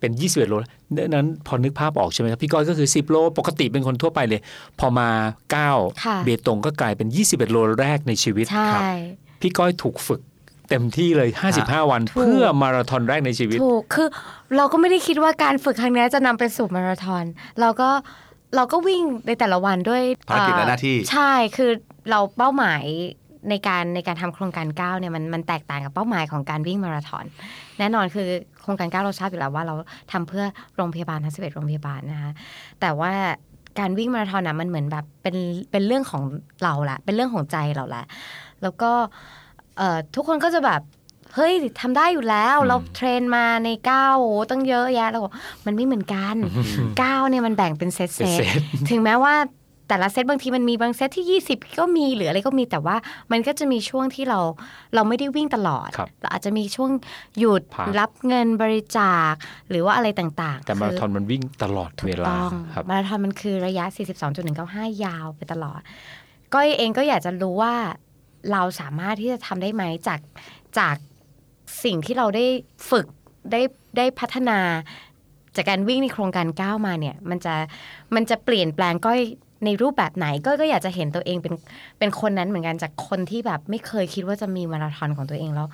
เป็น 21 โลดังนั้นพอนึกภาพออกใช่ไหมครับ พี่ก้อยก็คือ 10 โล ปกติเป็นคนทั่วไปเลย พอมา
ค่ะ
9 เบตงก็กลายเป็น 21 โลแรกในชีวิต
ใช่
ครับ พี่ก้อยถูกฝึกเต็มที่เลย 55 วัน เพื่อมาราธอนแรกในชีวิต
ถูกคือเราก็ไม่ได้คิดว่าการฝึกครั้งนี้จะนำไปสู่มาราธอนเราก็เราก็วิ่งในแต่ละวันด้วย
ภารกิจและ
เอ่อ
หน้าที่
ใช่คือเราเป้าหมายในการในการทำโครงการ9เนี่ยมันมันแตกต่างกับเป้าหมายของการวิ่งมาราธอนแน่นอนคือโครงการ9เราทราบอยู่แล้วว่าเราทำเพื่อโรงพยาบาลทั้ง11โรงพยาบาลนะคะแต่ว่าการวิ่งมาราธอนน่ะมันเหมือนแบบเป็นเป็นเรื่องของเราละเป็นเรื่องของใจเราละแล้วก็เอ่อทุกคนก็จะแบบ เฮ้ยทำได้อยู่แล้วเราเทรนมาในก้าวโอ้โหตั้งเยอะแยะแล้วบอกมันไม่เหมือนกัน ก้าวเนี่ยมันแบ่งเป็นเซตเซ
เป็นเซ
ต
ต
ถึงแม้ว่าแต่ละเซตบางทีมันมีบางเซตที่ 20 ก็มีหรืออะไรก็มีแต่ว่ามันก็จะมีช่วงที่เราเราไม่ได้วิ่งตลอด
ครับ
เราอาจจะมีช่วงหยุด
พัก
รับเงินบริจาคหรือว่าอะไรต่างๆ
แต่มาราธอนมันวิ่งตลอด
ถู
เว
ก
ลา
ต้อง
ครับ
มาราธอนมันคือระยะ 42.195 ยาวไปตลอด ก้อยเองก็อยากจะรู้ว่าเราสามารถที่จะทำได้ไหมจากจากสิ่งที่เราได้ฝึกได้ได้พัฒนา จากการวิ่งในโครงการก้าวมาเนี่ย มันจะมันจะเปลี่ยนแปลงก้อยในรูปแบบไหนก้อยก็อยากจะเห็นตัวเองเป็นเป็นคนนั้นเหมือนกันจากคนที่แบบไม่เคยคิดว่าจะมีมาราธอนของตัวเองแล้ว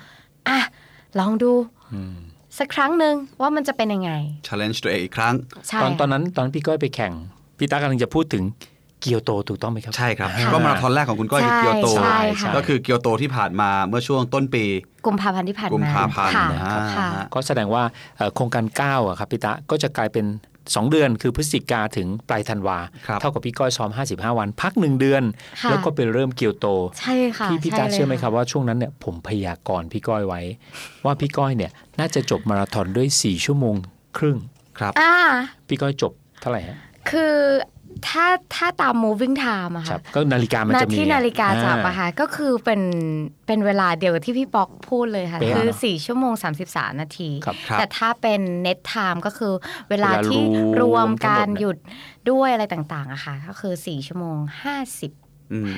อ่ะลองดูสักครั้งหนึ่งว่ามันจะเป็นยังไง
challenge ตัวเองอีกครั้ง
ใช่
ตอนตอนนั้นตอนพี่ก้อยไปแข่ง พี่ตากำลังจะพูดถึงเกียวโตถูกต้องไหมครับ
ใช่ครับ
อ่า
ก็มาราธอนแรกของคุณก้อยคือเกียวโต
ใช่
ใช่
ค่ะ
ก็คือเกียวโตที่ผ่านมาเมื่อช่วงต้นปี
กุมภาพันธ์ที่ผ่าน
กุม
มา
ภาพันธ์
ค่ะ
นะฮะ
ค่ะ
ก็แสดงว่าเอ่อโครงการ9อะครับพี่ตะก็จะกลายเป็น 2 เดือนคือพฤศจิกาถึงปลายธันวา
ครับ
เท่ากับพี่ก้อยซ้อม 55 วัน พัก 1 เดือน
ค่ะ
แล้วก็ไปเริ่มเกียวโต
ใช่ค่ะ
พี่พี่
ใ
ตาเชื่อไหม
ลยะ
ครับว่าช่วงนั้นเนี่ยผมพยากรณ์พี่ก้อยไว้ ว่าพี่ก้อยเนี่ยน่าจะจบมาราธอนด้วย 4 ชั่วโมงครึ่ง
อ่า
พี่ก้อยจบเท่าไหร่ฮะ
คือถ้าถ้าตาม moving time อะ
ครั
ค่ะ
บก็นาฬิกามัน
นา
จะมี
ที่นาฬิกาจับ
อ่
อะค่ะ ก็คือเป็นเป็นเวลาเดียวกับที่พี่ป๊อกพูดเลยค่ะ
เป๊ะ
คือ
เนอะ
4 ชั่วโมง 33 นาที
ครับ
ครับ
แต่ถ้าเป็น net time ก็คือเวลา
เวลาร
ที่รวมกาว
มทั้
ร
หมดเนี่ย
งหยุดด้วยอะไรต่างๆอะค่ะ ก็คือ 4 ชั่วโมง 55
อืม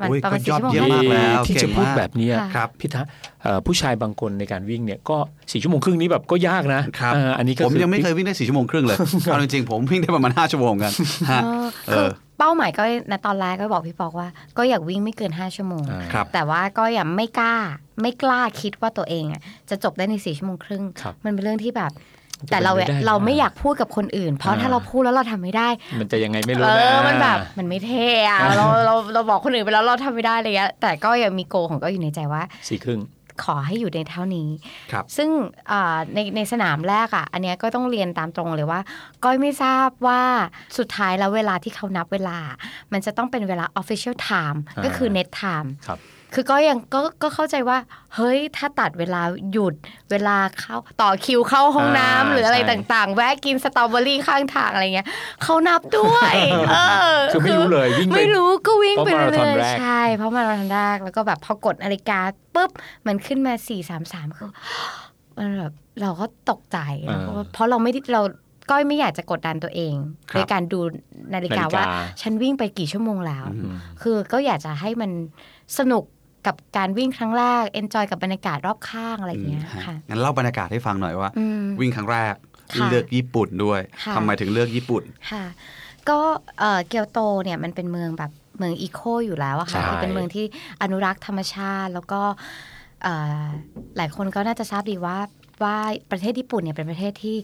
มัน
โอ้ย
ประมาณ
ก็ย
4
อด
ชั่วโมง
เยี่ยม
ห้า
มาก แล้ว
ที่
เก่
จะ
งมาก
พูดแบบเนี้ย
ค่ะ
ครับ
พี่ทะเอ่อผู้ชายบางคนในการวิ่งเนี่ยก็สี่ชั่วโมงครึ่งนี้แบบก็ยากนะครับ เอ่ออันนี้ก็
ผม
อ
ยังไม่เคยวิ่งได้สี่ชั่วโมงครึ่งเลยเอาจริงๆผมวิ่งได้ประมาณห้าชั่วโมงกันฮะ
เออคือ
เออ
เป้าหมายก็ณตอนแรกก็บอกพี่ป๊อกว่า ก็อยากวิ่งไม่เกิน 5 ชั่วโมง
อ่า
ครับ
แต่ว่าก็อย่าไม่กล้าไม่กล้าคิดว่าตัวเองอะจะจบได้ในสี่ชั่วโมงครึ่ง
ครับ
มันเป็นเรื่องที่แบบ
จะเป็น
แต่เรา
ไม่ได้
เราไม่
นะ
อยากพูดกับคนอื่น เพราะ
อ่า
ถ้าเราพูดแล้วเราทำไม่ได้
มันจะยังไงไม่รู้
เอ
นะ
อมันแบบมันไม่เท่ อะเราเราเราบอกคนอื่นไปแล้วเราทำไม่ได้อะไรเงี้ยแต่ก็ยังมีโกของก็อยู่ในใจว่า
สี่ครึ่ง
ขอให้อยู่ในเท่านี้
ครับ
ซึ่งอ่าในในสนามแรกอ่ะ อันเนี้ยก็ต้องเรียนตามตรงเลยว่า ก้อยไม่ทราบว่าสุดท้ายแล้วเวลาที่เขานับเวลา มันจะต้องเป็นเวลา official time
อ่า
ก็คือ net time
ครับ
คือก็ยังก็ก็เข้าใจว่า เฮ้ย ถ้าตัดเวลาหยุดเวลาเข้าต่อคิวเข้าห้องน้ำหรืออะไรต่างๆ แวะกินสตรอเบอรี่ข้างทางอะไรเงี้ยเขานับ ด้วยเออ
คือไม่รู้เลยวิ่งไป
ไม่รู้ก็วิ่งไป
เพราะมาราธอน
เรื่อย
แรก
ๆใช่ เพราะมาราธอนแรกแล้วก็แบบพอกดนาฬิกาปุ๊บ มันขึ้นมา 4 3 3ก็มันแบบเราก็ตกใจแล้วก็เพราะเราไม่ได้เราก้อยไม่อยากจะกดดันตัวเอง
ครับ
โดยการดูนาฬิกาว่า ฉันวิ่งไปกี่ชั่วโมงแล้ว
อืม
คือก็อยากจะให้มันสนุกกับการวิ่งครั้งแรก เอนจอยกับบรรยากาศรอบข้างอะไรอย่างเงี้ย
ฮะ
ค่ะ
งั้นเล่าบรรยากาศให้ฟังหน่อยว่า
อืม
วิ่งครั้งแรก
ค่ะ
เลือกญี่ปุ่นด้วย
ค่ะ
ทำไมถึงเลือกญี่ปุ่น
ค่ะก็เอ่อเกียวโตเนี่ยมันเป็นเมืองแบบเมืองอีโคอยู่แล้วอะค่ะ
ใช่
มันเป็นเมืองที่อนุรักษ์ธรรมชาติ แล้วก็เอ่อหลายคนก็น่าจะทราบดีว่าว่าประเทศญี่ปุ่นเนี่ยเป็นประเทศที่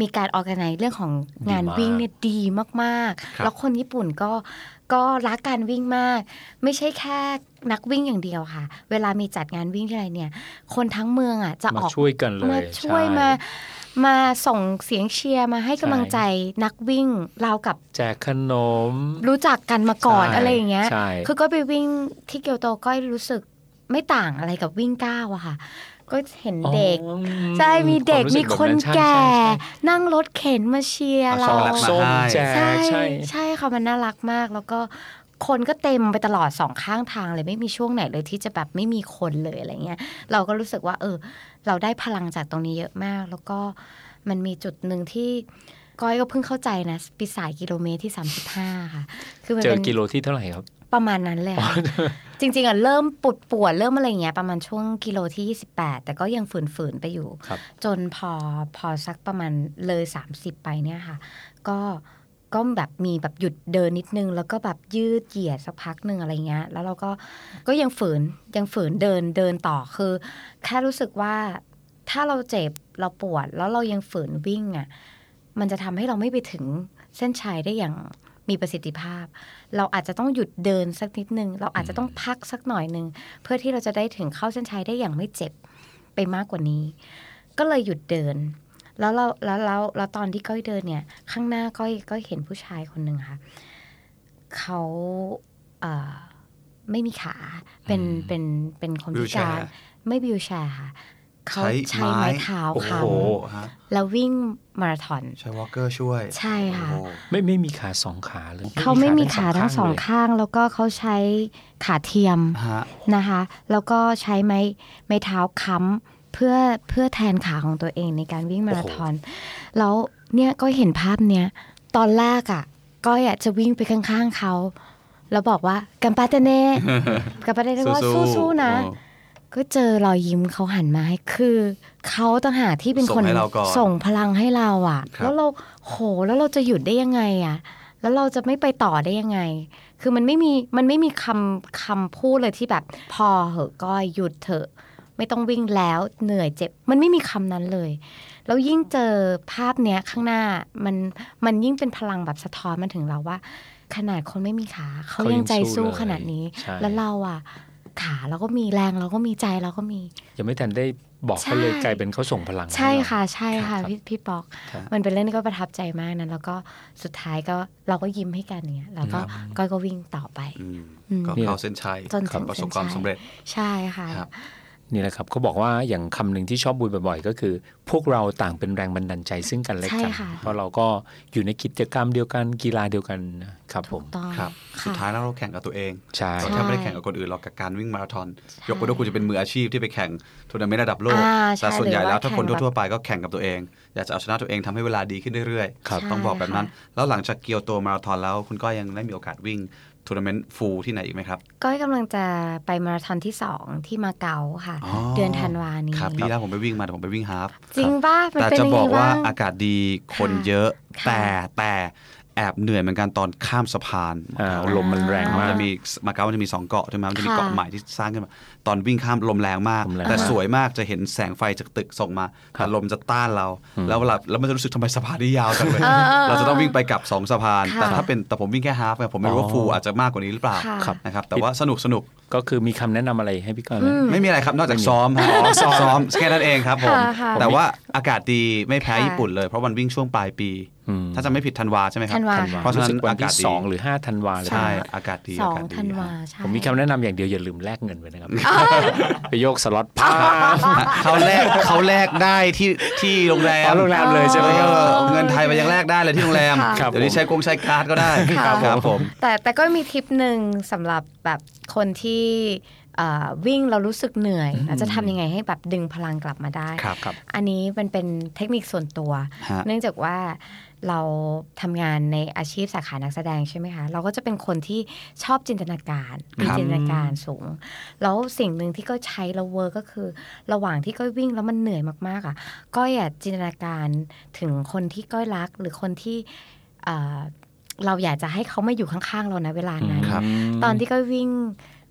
มีการออกไนเรื่องของงานวิ่งเนี่ยดีมาก
ครั
ๆ
บ
แล้วคนญี่ปุ่นก็ก็รักการวิ่งมาก ไม่ใช่แค่นักวิ่งอย่างเดียวค่ะ เวลามีจัดงานวิ่งที่ไรเนี่ย คนทั้งเมืองอ่ะจะ
มา
ออก
ช่วยกันเลย
มาช่วย
ใ
มามาส่งเสียงเชียร์มาให้กำลังใจนักวิ่งเราวกับ
แจกขนม
รู้จักกันมาก่อน
ใช่
อะไรอย่างเงี้ย
ใช่
คือก็ไปวิ่งที่เกียวโตก็รู้สึกไม่ต่างอะไรกับวิ่งก้าวอะค่ะ ก็เห็นเด็ก
อ๋ออื
ใช่ มีเด็ก
วารู้สึ
มีคน
บบใช่
แก่
ใช่ใช่
นั่งรถเข็นมาเชียร์
เอา
เรา
ช็อกโกแลตมา
ส้มแจก
ใช่
ใช่
ใช่ค่ะ มันน่ารักมาก แล้วก็คนก็เต็มไปตลอดสองข้างทางเลย ไม่มีช่วงไหนเลยที่จะแบบไม่มีคนเลยอะไรเงี้ย เราก็รู้สึกว่า เออ เราได้พลังจากตรงนี้เยอะมาก แล้วก็มันมีจุดหนึ่งที่ก้อยก็เพิ่งเข้าใจนะปีสายกิโลเมตรที่ 35 ค่ะ คือมัน
เจอ
เป็น
กิโลที่เท่าไหร่ครับ
ประมาณนั้นเลย ค่ะ จริง ๆอ่ะเริ่มปวดปวดเริ่มอะไรอย่างเงี้ยประมาณช่วงกิโลที่ 28 แต่ก็ยังฝืน ๆ ไปอยู่
ครับ
จนพอพอสักประมาณเลย 30 ไปเนี่ยค่ะ ก็ก็แบบมีแบบหยุดเดินนิดนึง แล้วก็แบบยืดเหยียดสักพักหนึ่งอะไรเงี้ยแล้วเราก็ก็ยังฝืนยังฝืนเดินเดินต่อคือ แค่รู้สึกว่าถ้าเราเจ็บเราปวด แล้วเรายังฝืนวิ่งอ่ะมันจะทำให้เราไม่ไปถึงเส้นชัยได้อย่างมีประสิทธิภาพ เราอาจจะต้องหยุดเดินสักนิดนึง เราอาจจะต้องพักสักหน่อยนึง เพื่อที่เราจะได้ถึงเข้าเส้นชัยได้อย่างไม่เจ็บไปมากกว่านี้ ก็เลยหยุดเดิน แล้วเราแล้วแล้วแล้วตอนที่ก้อยเดินเนี่ย ข้างหน้าก้อยก็เห็นผู้ชายคนหนึ่งค่ะเขาเอ่อไม่มีขาเป็นเป็นเป็นคนพิการ
wheelchair
ไม่บิวแชร์ค่ะเขา
ใช้
ใช้
ไม้
ไม้เท้า
โอ้โห
ค้
ฮะ
ำแล้ววิ่งมาราธอน
ใช้วอลเกอร์ช่วย
ใช่ค่ะ
โอ้โห
ไม่ไม่มีขาสองขาเลย
เขาไม่มีขาทั้งสอง
เลย
ข้าง แล้วก็เขาใช้ขาเทียม
ฮะ
นะคะ แล้วก็ใช้ไม้ไม้เท้าค้ำเพื่อเพื่อแทนขาของตัวเองในการวิ่งมาราธอน แล้วเนี่ยก็เห็นภาพเนี้ยตอนแรกอะ่ะก้อยอะจะวิ่งไปข้างๆเขา แล้วบอกว่ากัมปาเตเน่กัมปาเตเน่ว่า
สู้ๆ
สู้ๆนะ
โอ้
ก็เจอรอยยิ้มเขาหันมาให้คือเขาต่างหากที่เป็น
ส่ง
คน
ให้เราก่อน
ส่งพลังให้เราอะ่ะ
ครับ
แล้วเราโหแล้วเราจะหยุดได้ยังไงอะ่ะ แล้วเราจะไม่ไปต่อได้ยังไง คือมันไม่มีมันไม่มีคำคำพูดเลยที่แบบพอเหอะก้อยหยุดเถอะ ไม่ต้องวิ่งแล้วเหนื่อยเจ็บ มันไม่มีคำนั้นเลย แล้วยิ่งเจอภาพเนี้ยข้างหน้ามันมันยิ่งเป็นพลังแบบสะท้อนมาถึงเราว่า ขนาดคนไม่มีขาเขายังใจสู้ขนาดนี้
ใช่
แล้วเราอ่ะ ขาเราก็มีแรงเราก็มีใจเราก็มี
ยังไม่ทันได้บอก
ใช่
เขาเลยกลายเป็นเขาส่งพลังห้
ใช่
เรา
ค่ะ ใช่ค่ะ
ครับ
พี่พี่ปอก
ครับ
มันเป็นเรื่องที่ก็ประทับใจมากนะแล้วก็สุดท้ายก็เราก็ยิ้มให้กันเนี่ยแล้วก็ก้อยก็วิ่งต่อไป
อืม
อืม
ก็เข้าเส้นชัย
จนถึง
ประสบความ
เส้นชัย
สำเร็จ
ใช่ค่ะ
ครับ
นี่แหละครับเขาบอกว่าอย่างคำหนึ่งที่ชอบบุยบ่อยๆ ก็คือ พวกเราต่างเป็นแรงบันดาลใจซึ่งกันและกัน
ใช่ค่ะ
เพราะเราก็อยู่ในกิจกรรมเดียวกันกีฬาเดียวกันนะครับผม
ต้อง
ครับ สุดท้ายแล้วเราแข่งกับตัวเอง
ใช่
เรา
ใช่
แทบไม่ได้แข่งกับคนอื่นเรากับการวิ่งมาราธอน ยกไปด้วยคุณจะเป็นมืออาชีพที่ไปแข่งทัวร์นาเมนต์ระดับโลก
อ่าใช่
แต่ส่วนใหญ่แล้ว
หรือว่า
ถ้าคน
แข่งแบบ
ทั่วๆไปก็แข่งกับตัวเอง อยากจะเอาชนะตัวเองทำให้เวลาดีขึ้นเรื่อย
ครับใช่
ต้องบอกแบบนั้น
ค่ะ
แล้วหลังจากเกียวโตมาราธอนแล้ว คุณก็ยังได้มีโอกาสวิ่งทัวร์นาเมนต์ฟูลที่ไหนอีกไหมครับ
ก้อยกำลังจะไปมาราธอนที่สองที่มาเก๊าค่ะ เดือนธันวานี้
ครับปีแล้วผมไปวิ่งมาแต่ผมไปวิ่งฮาฟ
จริงป่ะมัน
แต่
เป็น
จะ
ยั
บ
งไง
อกว่า
บ้าง
อากาศดีคน
ค่ะ
เยอะ
ค่ะ
แต่แต่แอบเหนื่อยเหมือนกันตอนข้ามสะพาน
อ่า
เกา
ลมมันแรงมาก
นจะมีมาเก๊ามันจะมีสองเกาะใช่ไหมมันจะมี
ค่ะ
เกาะใหม่ที่สร้างขึ้นมา ตอนวิ่งข้ามลมแรงมาก
ลมแรง
แต่
มาก
สวยมากจะเห็นแสงไฟจากตึกส่งมาแต่ลมจะต้านเรา
อืม
แล้วเวลาแล้วมันจะรู้สึกทำไมสะพานนี่ยาวจังเลย
เออเออ
เราจะต้องวิ่งไปกลับสองสะพาน
ค่ะ
แต่ถ้าเป็นแต่ผมวิ่งแค่ฮาล์ฟไงผมไม่รู้ว่าฟูอาจจะมากกว่านี้หรือเปล่า
ค่ะ
ครับ
นะครับแต่ว่าสนุกสนุก
ก็คือมีคำแนะนำอะไรให้พี่ก้อยไหม
ไม่มีอะไรครับนอกจากซ้อมฮะซ้อมแค่นั้นเองครับผม
ค่ะค่ะ
แต่ว่าอากาศดีไม่แพ้
ค่ะ
ญี่ปุ่นเลยเพราะมันวิ่งช่วงปลายปี
อืม
ถ้าจะไม่ผิดธันวาใช่ไหมครั
ธันวา
ธันวา
ค่ะ
เพราะฉะ
รู้
นั้
สึ
น
กวัน
อากา
ที่
ศดี
สองหรือห้าธันวาเลย
ใช่อากาศดี
สอง
กศดี
ธันวาใช่
ผมมีคำแนะนำอย่างเดียวอย่าลืมแลกเงินไว้นะครับ ไปโยกสล็อตพา
ฮะเขาแลกเขาแลกได้ที่ที่โรงแรม
เอาโรงแรมเลยใช่ไหมครับ
เออเอาเงินไทยไปยังแลกได้เลยที่โรงแรม
ครับ
เดี๋ยวนี้
ผม
ใช้กงใช้การ์ดก็ได้
ค่ะ
ครับผม
แต่แต่ก็มีทริปหนึ่งสำหรับแบบคนที่เอ่อวิ่งเรารู้สึกเหนื่อยเราจะทำยังไงให้แบบดึงพลังกลับมาได้
ครับครับ
อันนี้มันเป็นเทคนิคส่วนตัว
ฮะ
เนื่องจากว่าเราทำงานในอาชีพสาขานักแสดงใช่ไหมคะ เราก็จะเป็นคนที่ชอบจินตนาการมี
ครับ
จินตนาการสูง แล้วสิ่งหนึ่งที่ก็ใช้แล้วเวิร์กก็คือ ระหว่างที่ก้อยวิ่งแล้วมันเหนื่อยมากๆอ่ะก้อยอะจินตนาการถึงคนที่ก้อยรัก หรือคนที่เอ่อเราอยากจะให้เขามาอยู่ข้างๆเรานะเวลานั้น
ครับ
ตอนที่ก็วิ่ง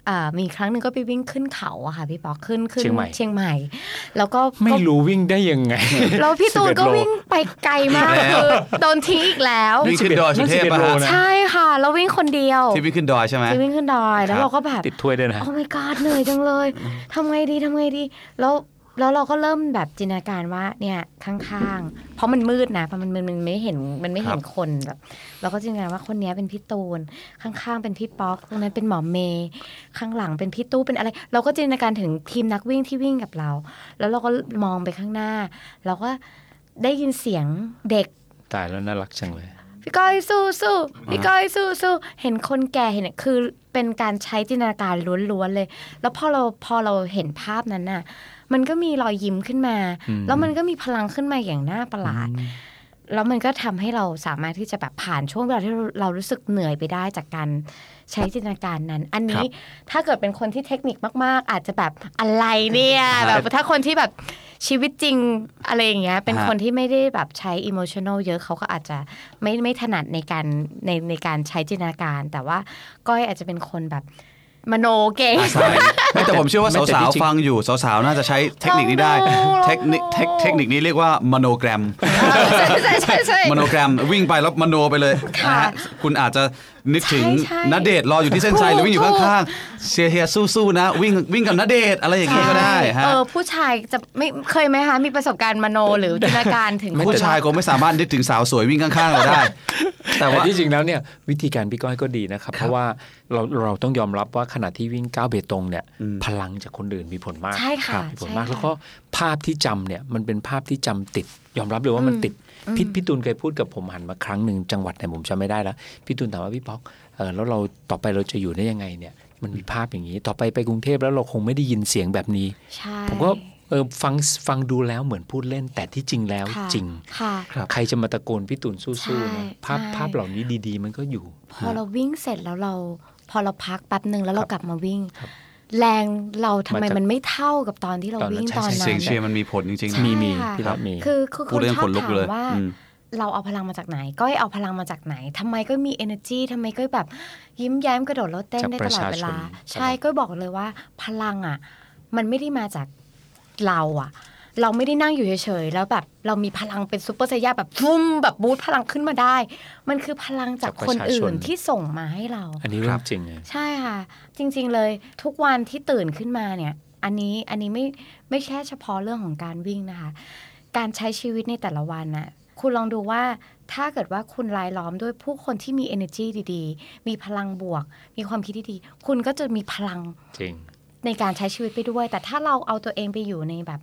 อ่ามีครั้งหนึ่งก็ไปวิ่งขึ้นเขาอะค่ะพี่ปอกขึ้นขึ้น
เชียงใหม่
เชียงใหม่ แล้วก็
ไม่
ก็
รู้วิ่งได้ยังไง
แล้วพี่ตูนก็วิ่งไปไกลมาก
อีกแล้ว
คือโดนทิ้งอีกแล้ว
วิ่งขึ้นดอยสุเทพ
นั่น11
ปะ
โล
ฮะ
นะ
ใช่ค่ะแล้ววิ่งคนเดียว
ที่วิ่งขึ้นดอยใช่ไหม
ที่วิ่งขึ้นดอย แล้
ค
ว
รับ
เราก็แบบ
ติดถ้วยด้วยนะ
โอ้ my god เหนื่อยจังเลยทำไงดีทำไงดี แล้ว แล้วเราก็เริ่มแบบจินตนาการว่าเนี่ยข้างๆ เพราะมันมืดนะเพราะมันมันมันไม่เห็นมันไม่เห็นคนแบบเราก็จินตนาการว่าคนเนี้ยเป็นพี่ตูนข้างๆ เป็นพี่ป๊อกตรงนั้นเป็นหมอเมย์ข้างหลังเป็นพี่ตู้เป็นอะไร เราก็จินตนาการถึงทีมนักวิ่งที่วิ่งกับเรา แล้วเราก็มองไปข้างหน้า เราก็ได้ยินเสียงเด็ก
ตายแล้วน่ารักจังเลย
พี่ก้อยสู้สู้พี่ก้อยสู้สู้เห็นคนแก่เห็นคือเป็นการใช้จินตนาการล้วนๆเลย แล้วพอเราพอเราเห็นภาพนั้นน่ะ มันก็มีรอยยิ้มขึ้นมา
อืม
แล้วมันก็มีพลังขึ้นมาอย่างน่าประหลาด แล้วมันก็ทำให้เราสามารถที่จะแบบผ่านช่วงเวลาที่เราเรารู้สึกเหนื่อยไปได้จากการใช้จินตนาการนั้น อันนี้ถ้าเกิดเป็นคนที่เทคนิคมาก ๆ อาจจะแบบอะไรเนี่ยแบบถ้าคนที่แบบชีวิตจริงอะไรอย่างเงี้ยเป็น
ฮะ
คนที่ไม่ได้แบบใช้อิโมชัน a ลเยอะเขาก็อาจจะไม่ไม่ถนัดในการในในการใช้จินตนาการ แต่ว่าก้อยอาจจะเป็นคนแบบมโนเก่ง
ใช่ ไม่แต่ผมเชื่อว่า
ไม่แต่
สาว
จริง
ๆ
ๆ
ฟังอยู่สาวๆน่าจะใช้เทคนิคนี้ได้
ลองดูลองดู
เทคนิคเทคเทคนิคนี้เรียกว่ามโนแกรม
ใช่ใช่ใช่ใช่
มโนแกรมวิ่งไปแล้วมโนไปเลยนะ
ค่ะ
ฮะคุณอาจจะนึกถึง
ใช่ใช่
นเดชน์รออยู่ที่เส้นชัยหรื
ถูก
อวิ่งอยู่
ถูก
ข้างๆเชียร์เฮียสู้ๆนะ วิ่งวิ่งกับนเดชน์อะไรอย่างเงี้ยก็ได้ฮะ
เออผู้ชายจะไม่เคยไหมคะมีประสบการณ์มโนหรือจินตนาการถึง
ผู้ชายคงไม่สามารถนึกถึงสาวสวยวิ่งข้างๆเราได้ แต่
แต่
ว่า
ที่จริงแล้วเนี่ยวิธีการพี่ก้อยก็ดีนะครับ เพราะว่าเราเราต้องยอมรับว่าขณะที่วิ่งก้าวเบตงเนี่ย
อืม
พลังจากคนอื่นมีผลมาก
ใช่ค่ะ
มีผล
ใช่
มาก
ค่ะ
แล้วก็ภาพที่จำเนี่ยมันเป็นภาพที่จำติด ยอมรับเลยว่ามัน
อืม
ติดพี่พี่ตูนเคยพูดกับผมหันมาครั้งหนึ่งจังหวัดไหนผมจำไม่ได้แล้วพี่ตูนถามว่าพี่ป๊อกเออแล้วเราต่อไปเราจะอยู่ได้ยังไงเนี่ย มันมีภาพอย่างนี้ ต่อไปไปกรุงเทพแล้วเราคงไม่ได้ยินเสียงแบบนี้
ใช่
ผมก็เออฟังฟังดูแล้วเหมือนพูดเล่น แต่ที่จริงแล้ว
ค่ะ
จริง
ค่ะ
ใครจะมาตะโกนพี่ตูน
ใช่
สู้ๆนะภาพ
ใช่
ภาพเหล่านี้ดีๆ มันก็อยู่
พอเราวิ่งเสร็จแล้วเรา พอเราพักแป๊บหนึ่งแล้วเรา
ครับ
กลับมาวิ่ง
ครับ
แรงเราทำไม
มันจะ
มันไม่เท่ากับตอนที่เรา
ตอนนั้น
วิ่ง
ใช่
ตอน
ใช่
นั้
เสียง
น
เชียร์มันมีผลจริง
ใช่
มีมี
ค่ะ
พี่รับมี
คือคือ
พู
ค
ด
น
เรื่อง
ชอ
ข
บ
นลุก
ถาม
เลย
ว่า
อืม
เราเอาพลังมาจากไหน ก้อยเอาพลังมาจากไหนทำไมก้อยมี energy ทำไมก้อยแบบยิ้มแย้มกระโดดโลดเต้น
จาก
ได้ตลอดเวลา
ประชาชน
ใช่ก้อยบอกเลยว่า พลังอ่ะ มันไม่ได้มาจากเราอ่ะ เราไม่ได้นั่งอยู่เฉยๆแล้วแบบเรามีพลังเป็นซูเปอร์ไซย่าแบบฟุ่มแบบบูตพลังขึ้นมาได้ มันคือพลังจาก
จากประ
คน
ชาชน
อื่นที่ส่งมาให้เรา
อันนี้เรื่องจริงไง
ใช่ค่ะ จริงๆเลยทุกวันที่ตื่นขึ้นมาเนี่ย อันนี้อันนี้ไม่ไม่แค่เฉพาะเรื่องของการวิ่งนะคะ การใช้ชีวิตในแต่ละวันน่ะคุณลองดูว่าถ้าเกิดว่าคุณรายล้อมด้วยผู้คนที่มี energy ดีๆ มีพลังบวก มีความคิดที่ดี คุณก็จะมีพลัง
จริง
ในการใช้ชีวิตไปด้วย แต่ถ้าเราเอาตัวเองไปอยู่ในแบบ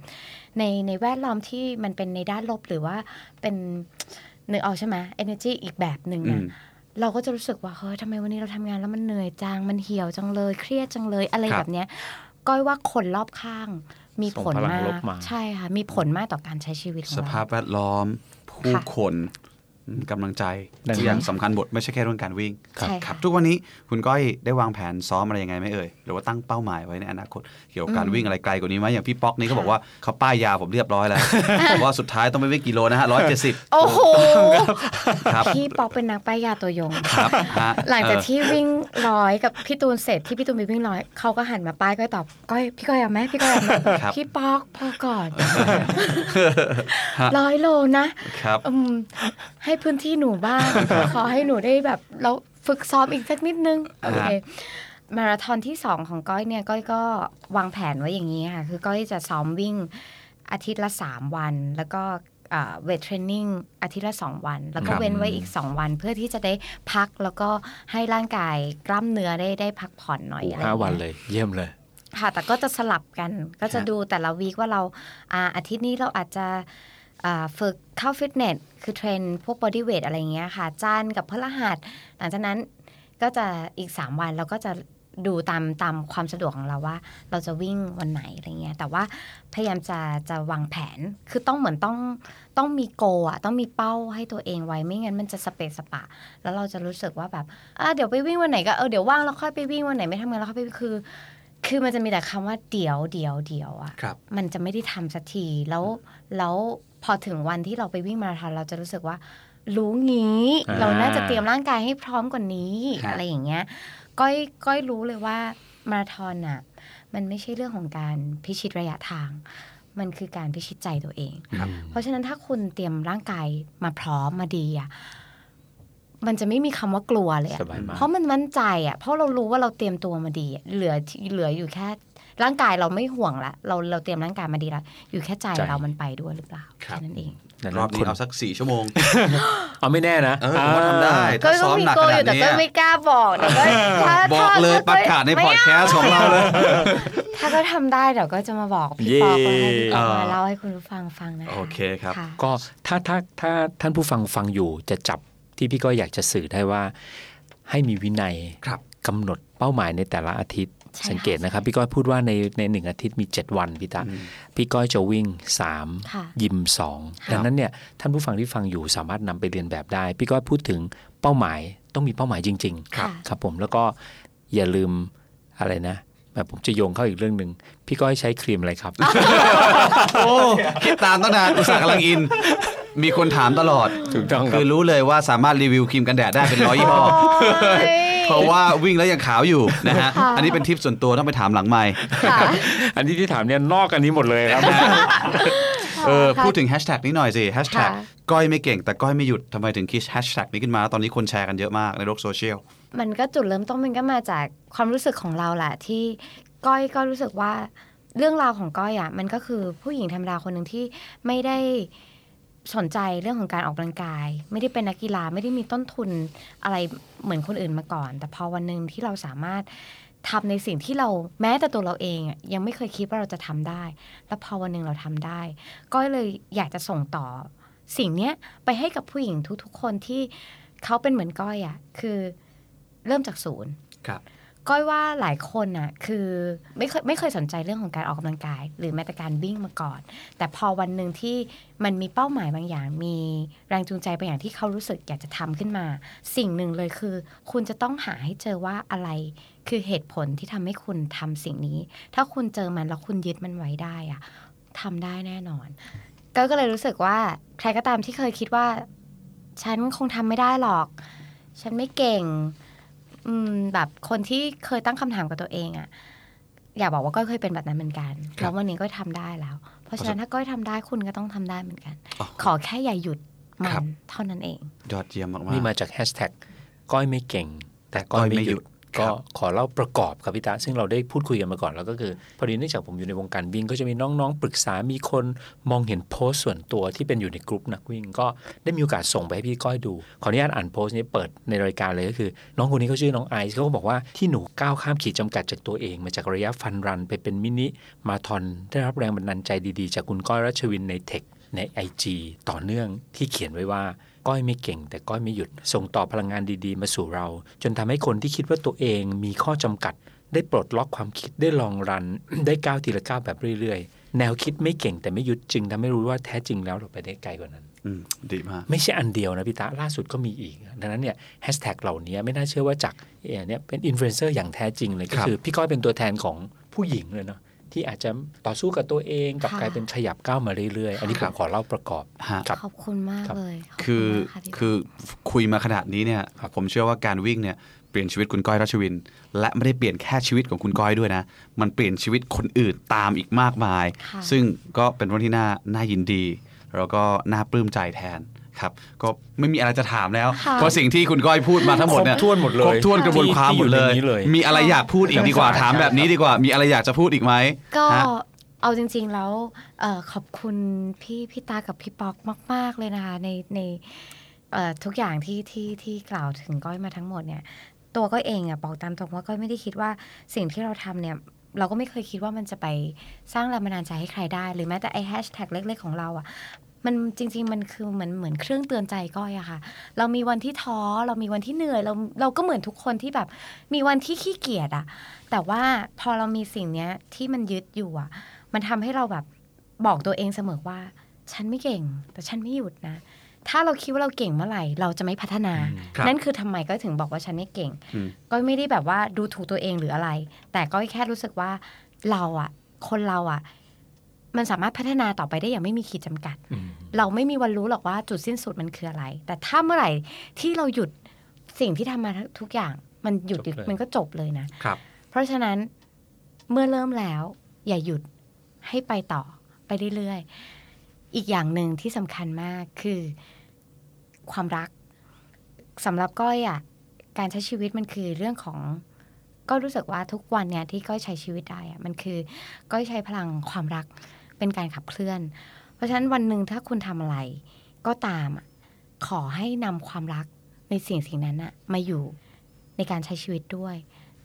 ในในแวดล้อมที่มันเป็นในด้านลบหรือว่าเป็นนึกเอาใช่ไหม energy อีกแบบหนึ่ง
อื
อะ
ม
เราก็จะรู้สึกว่าเฮ้ยทำไมวันนี้เราทำงานแล้วมันเหนื่อยจัง มันเหี่ยวจังเลย เครียดจังเลยอะไรแบบเนี้ยก้อยว่าคนรอบข้าง มีผล
ส่งพลัง
มา
ล
ก
บมา
ใช่ค่ะ มีผลมากต่อการใช้ชีวิตขอ
ๆส
งเรา
ภาพแวดล้อม ผู้
ค่ะ
คนอืมกำลังใจ
ดังนั้น
อย่างสำคัญบทไม่ใช่แค่เรื่องการวิ่ง
ครับใช่ค่ะ
ทุกวันนี้คุณก้อยได้วางแผนซ้อมอะไรยังไงไหมเอ่ยหรือว่าตั้งเป้าหมายไว้ในอนาคตเกี่ยวกับการวิ่งอะไรไกลกว่านี้ไหมอย่างพี่ป๊อกนี่เขาบอกว่าเขาป้ายยาผมเรียบร้อย แล้วว่าสุดท้ายต้องไปวิ่งกิโลนะฮะร้อยเจ็ดสิบ
โอ้โห
ครับ
พี่ป๊อกเป็นนักป้ายยาตัวยง
ครับฮะ
หลังจาก
เออ
ที่วิ่งร้อยกับพี่ตูนเสร็จที่พี่ตูนไปวิ่งร้อยเขาก็หันมาป้ายก้อยตอบก้อยพี่ก้อยเอาไหมพี่ก้อยเอาไหม
ครับ
พี่ป๊อกพอก่อนร้อยโลนะครับ อืมให้พื้นที่หนูบ้าง ขอให้หนูได้แบบเราฝึกซ้อมอีกสักนิดนึงโอเคมาราธอนที่สองของก้อยเนี่ยก้อยก็วางแผนไว้อย่างนี้ค่ะคือก้อยจะซ้อมวิ่งอาทิตย์ละ 3 วัน แล้วก็เวทเทรนนิ่งอาทิตย์ละ 2 วัน แล้วก็
ครับ
เว้นไว้อีก 2 วันเพื่อที่จะได้พักแล้วก็ให้ร่างกายกล้ามเนื้อได้ได้พักผ่อนหน่อย
โอ้
อะไร
ห้า
อย่งงี้ย
วันเลยเยี่ยมเลย
ค่ะแต่ก็จะสลับกันก็จะ
ฮะ
ดูแต่ละวีคว่าเราอาอาทิตย์นี้เราอาจจะอ่าฝึกเข้าฟิตเนสคือเทรนพวกบอดี้เวทอะไรอย่างเงี้ยค่ะจันทร์กับพฤหัสหลังจากนั้นก็จะอีก 3 วันเราก็จะดูตามตามความสะดวกของเราว่า เราจะวิ่งวันไหนอะไรเงี้ยแต่ว่าพยายามจะจะวางแผนคือต้องเหมือนต้องต้องมีโกอะต้องมีเป้าให้ตัวเองไว้ไม่งั้นมันจะสเปะสปะ แล้วเราจะรู้สึกว่าแบบอ่ะเดี๋ยวไปวิ่งวันไหนก็เออเดี๋ยวว่างแล้วค่อยไปวิ่งวันไหนไม่ทำงานแล้วค่อยไปวิ่งคือ คือมันจะมีแต่คำว่าเดี๋ยวเดี๋ยวเดี๋ยวอะ
ครับ
มันจะไม่ได้ทำสักทีแล้วแล้วพอถึงวันที่เราไปวิ่งมาราธอนเราจะรู้สึกว่า รู้งี้
อ่า
เราน่าจะเตรียมร่างกายให้พร้อมกว่านี้
ครับ
อะไรอย่างเงี้ยก้อยก้อยรู้เลยว่ามาราธอนอะมันไม่ใช่เรื่องของการพิชิตระยะทาง มันคือการพิชิตใจตัวเอง
ครับ
เพราะฉะนั้นถ้าคุณเตรียมร่างกายมาพร้อมมาดีอะมันจะไม่มีคำว่ากลัวเลยอะ
สบายมาก
เพราะมันมั่นใจอ่ะ เพราะเรารู้ว่าเราเตรียมตัวมาดีอะเหลือที่เหลืออยู่แค่ ร่างกายเราไม่ห่วงละเราเราเตรียมร่างกายมาดีแล้วอยู่แค่ใจ
ใจ
เรามันไปด้วยหรือเปล่า
ครับ
แนั่นเอง
นั่น
รอบนี้
คน
เอาสักสี่ชั่วโมง
เอาไม่แน่นะ
เออผมว่าทำได้
ก็
ถ้าซ้อม
มี
หนัก
โก
ข
อ
นาด
ยู่แต่
นี้
ก็ไม่กล้าบอกแต่ ก็ถ้า
บอก
ถ้า
เลยป
ถ้
ระกาศใน
ไม่
พอดแคสต์ของเราเลย
ถ้าก็ทำได้เดี๋ยวก็จะมาบอกพี่
เย่
ปอก็ให้พี่ปอ
เอ
มา
อ
เล่าให้คุณผู้ฟังฟังนะ
โอเคครับ
ค่ะ
ก็ถ้าถ้าถ้าท่านผู้ฟังฟังอยู่จะจับที่พี่ก้อยอยากจะสื่อได้ว่า ให้มีวินัย
ครับ
กำหนดเป้าหมายในแต่ละอาทิตย์
ใช่
สังเกต
ค่ะ
นะครับ พี่ก้อยพูดว่าในในหนึ่งอาทิตย์มี 7 วันพี่ตา
อืม
พี่ก้อยจะวิ่ง 3
ค่ะ
ยิม 2 ดังนั้นเนี่ยท่านผู้ฟังที่ฟังอยู่สามารถนำไปเรียนแบบได้ พี่ก้อยพูดถึงเป้าหมายต้องมีเป้าหมายจริง ๆ
ครับ
ครับผมแล้วก็อย่าลืมอะไรนะแบบผมจะโยงเข้าอีกเรื่องหนึ่งพี่ก้อยใช้ครีมอะไร ครับ
โอ้คิดตามตั้งนานอุตส่าห์กำลังอิน มีคนถามตลอด
ถูกต้องครับ
คือรู้เลยว่าสามารถรีวิวครีมกันแดดได้เป็นร้อยยี่ห้อ เพ
โอ้
ราะ
ย
ว่าวิ่งแล้วยังขาวอยู่นะฮะ
ค่ะ
อันนี้เป็นทิปส่วนตัวต้องไปถามหลังไมค์
ค่ะ
อันนี้ที่ถามเนี่ยนอกอันนี้หมดเลยครับ
เออ
ค่ะ
พูดถึงแฮชแท็กนี้หน่อยสิแฮชแท็ก
ค่ะ
ก้อยไม่เก่งแต่ก้อยไม่หยุดทำไมถึงคิดแฮชแท็กนี้ขึ้นมาแล้วตอนนี้คนแชร์กันเยอะมากในโลกโซเชียล
มันก็จุดเริ่มต้นมันก็มาจากความรู้สึกของเราแหละที่ก้อยก็รู้สึกว่าเรื่องราวของก้อยอ่ะมันก็คือผู้หญิงธรรมดาคนหนึ่งที่ไม่ได้สนใจเรื่องของการออกกำลังกาย ไม่ได้เป็นนักกีฬาไม่ได้มีต้นทุนอะไรเหมือนคนอื่นมาก่อน แต่พอวันหนึ่งที่เราสามารถทำในสิ่งที่เราแม้แต่ตัวเราเองอะยังไม่เคยคิดว่าเราจะทำได้ แล้วพอวันหนึ่งเราทำได้ ก้อยเลยอยากจะส่งต่อ สิ่งเนี้ยไปให้กับผู้หญิงทุกๆ คนที่เขาเป็นเหมือนก้อยอะคือ เริ่มจากศูนย์
ครับ
ก้อยว่าหลายคนน่ะคือไม่เคยไม่เคยสนใจเรื่องของการออกกำลังกาย หรือแม้แต่การวิ่งมาก่อน แต่พอวันหนึ่งที่มันมีเป้าหมายบางอย่าง มีแรงจูงใจบางอย่างที่เขารู้สึกอยากจะทำขึ้นมา สิ่งหนึ่งเลยคือ คุณจะต้องหาให้เจอว่าอะไร คือเหตุผลที่ทำให้คุณทำสิ่งนี้ ถ้าคุณเจอมันแล้วคุณยึดมันไว้ได้อะทำได้แน่นอน ก็ก็เลยรู้สึกว่าใครก็ตามที่เคยคิดว่า ฉันคงทำไม่ได้หรอก ฉันไม่เก่ง อืมแบบคนที่เคยตั้งคำถามกับตัวเองอะอยากบอกว่าก้อยเคยเป็นแบบนั้นเหมือนกัน
ครับ
แล้ววันนี้ก้อยทำได้แล้ว เพราะฉะนั้นถ้าก้อยทำได้คุณก็ต้องทำได้เหมือนกัน
อ๋อ
ขอแค่อย่าหยุดมั
ครั
น
บ
เท่านั้นเอง
ยอดเยี่ยมมาก
นี่มาจากแฮชแท็กก้อยไม่เก่ง แต่ก้อยไม่หยุด
ครั
ก็
บ
ขอเล่าประกอบครับพี่ตาซึ่งเราได้พูดคุยกันมาก่อนแล้วก็คือ พอดีเนื่องจากผมอยู่ในวงการวิ่งก็จะมีน้องๆ ปรึกษามีคนมองเห็นโพสต์ส่วนตัวที่เป็นอยู่ในกลุ่มนักวิ่ง ก็ได้มีโอกาสส่งไปให้พี่ก้อยดู ขออนุญาตอ่านโพสต์นี้เปิดในรายการเลยก็คือ น้องคนนี้เขาชื่อน้องไอซ์เขาก็บอกว่าที่หนูก้าวข้ามขีดจำกัดจากตัวเอง มาจากระยะฟันรันไปเป็นมินิมาทอนได้รับแรงบันดาลใจดีๆ จากคุณก้อยรัชวินในเทค ใน IG ต่อเนื่องที่เขียนไว้ว่า ก้อยไม่เก่ง แต่ก้อยไม่หยุด ส่งต่อพลังงานดีๆ มาสู่เรา จนทำให้คนที่คิดว่าตัวเองมีข้อจำกัด ได้ปลดล็อกความคิดได้ลองรัน ได้ก้าวทีละก้าวแบบเรื่อยๆ แนวคิดไม่เก่งแต่ไม่หยุดจึงทำให้รู้ว่าแท้จริงแล้วเราไปได้ไกลกว่านั้น
อืมดีมาก
ไม่ใช่อันเดียวนะพี่ตาล่าสุดก็มีอีก ดังนั้นเนี่ยแฮชแท็กเหล่านี้ไม่น่าเชื่อว่าจากเอ่อเนี่ยเป็นอินฟลูเอนเซอร์อย่างแท้จริงเลยก็
ครับ
คือพี่ก้อยเป็นตัวแทนของผู้หญิงเลยเนาะที่อาจจะต่อสู้กับตัวเองกลับ
ค่ะ
กลายเป็นขยับก้าวมาเรื่อยๆ อันนี้ผมขอเล่าประกอบ
ฮะ
ครับ
ขอบคุณมาก
ครับ
เลยขบณ
คือ
มากะพี่
คือคุยมาขนาดนี้เนี่ย
ครับ
ผมเชื่อว่าการวิ่งเนี่ยเปลี่ยนชีวิตคุณก้อยรัชวิน และไม่ได้เปลี่ยนแค่ชีวิตของคุณก้อยด้วยนะ มันเปลี่ยนชีวิตคนอื่นตามอีกมากมาย
ค่ะ
ซึ่งก็เป็นเรื่องที่น่าน่ายินดี แล้วก็น่าปลื้มใจแทนครับ ก็ไม่มีอะไรจะถามแล้ว เพราะสิ่งที่คุณก้อยพูดมาทั้งหมดเนี่ย
ครบถ้วนหมดเลย
ครบถ้วนกระบวนความ
ที่
หมด
ที่
เล
อ
ย
ยู่ในนี้เลย
มีอะไรอยากพูดอีกดีกว่าถามแบบนี้ดีกว่า มีอะไรอยากจะพูดอีกไหม
ก็
ฮะ
เอาจริง ๆ แล้วเออขอบคุณพี่พี่ตากับพี่ป๊อกมาก ๆ เลยนะคะในในเอ่อทุกอย่างที่ที่ที่กล่าวถึงก้อยมาทั้งหมดเนี่ย ตัวก้อยเองอะบอกตามตรงว่าก้อยไม่ได้คิดว่าสิ่งที่เราทำเนี่ย เราก็ไม่เคยคิดว่ามันจะไปสร้างแรงบันดาลใจให้ใครได้ หรือแม้แต่ไอแฮชแท็กเล็ก ๆ ของเราอะมันจริง ๆ มันคือเหมือนเหมือนเครื่องเตือนใจก้อยอะค่ะ เรามีวันที่ท้อเรามีวันที่เหนื่อยเราเราก็เหมือนทุกคนที่แบบมีวันที่ขี้เกียจอะ แต่ว่าพอเรามีสิ่งเนี้ยที่มันยึดอยู่อ่ะ มันทำให้เราแบบบอกตัวเองเสมอว่า ฉันไม่เก่ง แต่ฉันไม่หยุดนะ ถ้าเราคิดว่าเราเก่งเมื่อไหร่ เราจะไม่พัฒนา
อืม
ครับ
นั่นคือทำไมก็ถึงบอกว่าฉันไม่เก่ง
อืม
ก็ไม่ได้แบบว่าดูถูกตัวเองหรืออะไร แต่ก็แค่รู้สึกว่าเราอ่ะ คนเราอ่ะ มันสามารถพัฒนาต่อไปได้อย่างไม่มีขีดจำกัด
อืม
เราไม่มีวันรู้หรอกว่าจุดสิ้นสุดมันคืออะไร แต่ถ้าเมื่อไหร่ที่เราหยุดสิ่งที่ทำมาทุกอย่าง มันหยุด
จบเลย
มันก็จบเลยนะ
ครับ
เพราะฉะนั้นเมื่อเริ่มแล้ว อย่าหยุดให้ไปต่อไปเรื่อยๆ อีกอย่างหนึ่งที่สำคัญมากคือความรักสำหรับก้อยอะการใช้ชีวิตมันคือเรื่องของ ก็รู้สึกว่าทุกวันเนี่ยที่ก้อยใช้ชีวิตได้อะมันคือก้อยใช้พลังความรักเป็นการขับเคลื่อน เพราะฉะนั้นวันหนึ่งถ้าคุณทำอะไร ก็ตามอะขอให้นำความรักในสิ่งสิ่งนั้นอะมาอยู่ในการใช้ชีวิตด้วย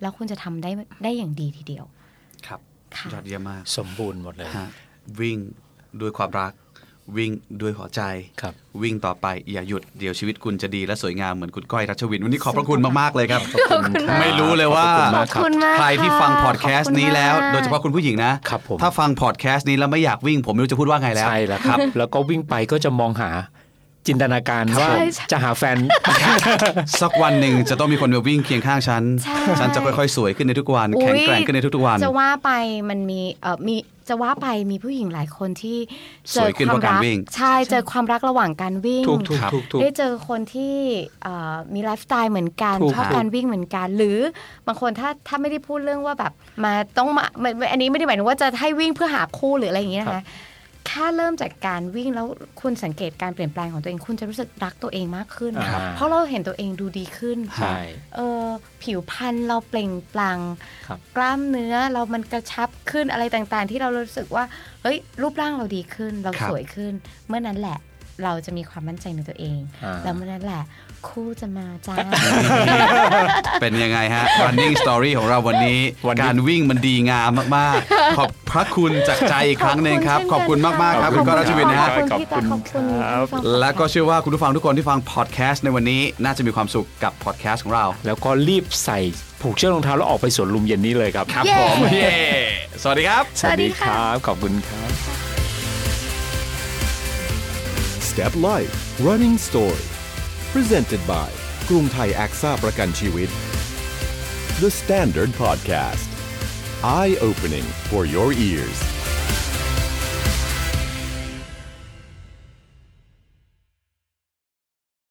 แล้วคุณจะทำได้ได้อย่างดีทีเดียว
ครับ
ค่ะ
ยอดเยี่ยมมาก
สมบูรณ์หมดเลย
ฮะวิ่งด้วยความรัก วิ่งด้วยหัวใจ
ครับ
วิ่งต่อไปอย่าหยุดเดี๋ยวชีวิตคุณจะดีและสวยงามเหมือนคุณก้อยรัชวิน วันนี้ขอบพระคุณมาก ๆ เลยครับ
ขอบคุณมาก
ไม่รู้เลยว่า
ขอบคุณ
ข
มา
อก บคุณมาก
ใครที่ฟัง
ะ
พอดแคส
ขบ
ต์
ณ
นี้แล้ว
มก
โดยเฉพาะคุณผู้หญิงนะครับ
ผม
ถ้าฟังพอดแคสต์นี้แล้วไม่อยากวิ่ง ผมไม่รู้จะพูดว่าไงแล้ว
ใช่แล้วครับ แล้วก็วิ่งไปก็จะมองหาจินตนาการว่า
ใช่ใช่
จะหา แฟน
สักวันหนึ่งจะต้องมีคนมาวิ่งเคียงข้างฉัน
ใช่
ฉันจะค่อยๆ สวยขึ้นในทุกวัน แข็งแกร่งขึ้นในทุกๆวัน
จะว่าไปมันมีเออมีจะว่าไปมีผู้หญิงหลายคนที่
ส
เจ
ว
อย
ขึ้น
ค
เพ
วาม
ราะการ
รัก
วิ่ง
ใช่เจอความรักระหว่างการวิ่ง
ถูกถูกถูกถูก
ได้เจอคนที่เอ่อมีไลฟ์สไตล์เหมือนกัน
ถูก
ชอบ
ค่ะ
การวิ่งเหมือนกัน หรือบางคนถ้าถ้าไม่ได้พูดเรื่องว่าแบบมาต้องมาไม่ไม่อันนี้ไม่ได้หมายถึงว่าจะให้วิ่งเพื่อหาคู่หรืออะไรอย่างนี้นะคะแค่เริ่มจากการวิ่งแล้วคุณสังเกตการเปลี่ยนแปลงของตัวเองคุณจะรู้สึกรักตัวเองมากขึ้น
ครับ
เพราะเราเห็นตัวเองดูดีขึ้น
ใช่
เออผิวพรรณเราเปล่งปลัง
ครับ
กล้ามเนื้อเรามันกระชับขึ้นอะไรต่างๆ ที่เรารู้สึกว่าเฮ้ยรูปร่างเราดีขึ้น เรา
ครับ
สวยขึ้น เมื่อนั้นแหละเราจะมีความมั่นใจในตัวเอง
อ่า
แล้วเมื่อนั้นแหละ คู่จะมาจ้า
เป็นยังไงฮะ running story ของเราวันนี้
วันนี้
การวิ่งมันดีงามมากๆ ขอบพระคุณจากใจอีกครั้งหนึ่งครับ ขอบคุณมากๆครับคุณก้อยรัชวินนะฮะ
ขอบคุณพี่ตาขอบคุณคุณผู้ฟัง
และก็เชื่อว่าคุณผู้ฟังทุกคนที่ฟังพอดแคสต์ในวันนี้น่าจะมีความสุขกับพอดแคสต์ของเรา
แล้วก็รีบใส่ผูกเชือกรองเท้าแล้วออกไปสวนลุมเย็นนี้เลยครับ
ครับ
เย้
ผมเย้สวัสดีครับ
สวัสดีครับ ขอบคุณครับ
Step Life Running Story Presented by กรุงไทยแอคซ่าประกันชีวิต The Standard Podcast Eye Opening for Your Ears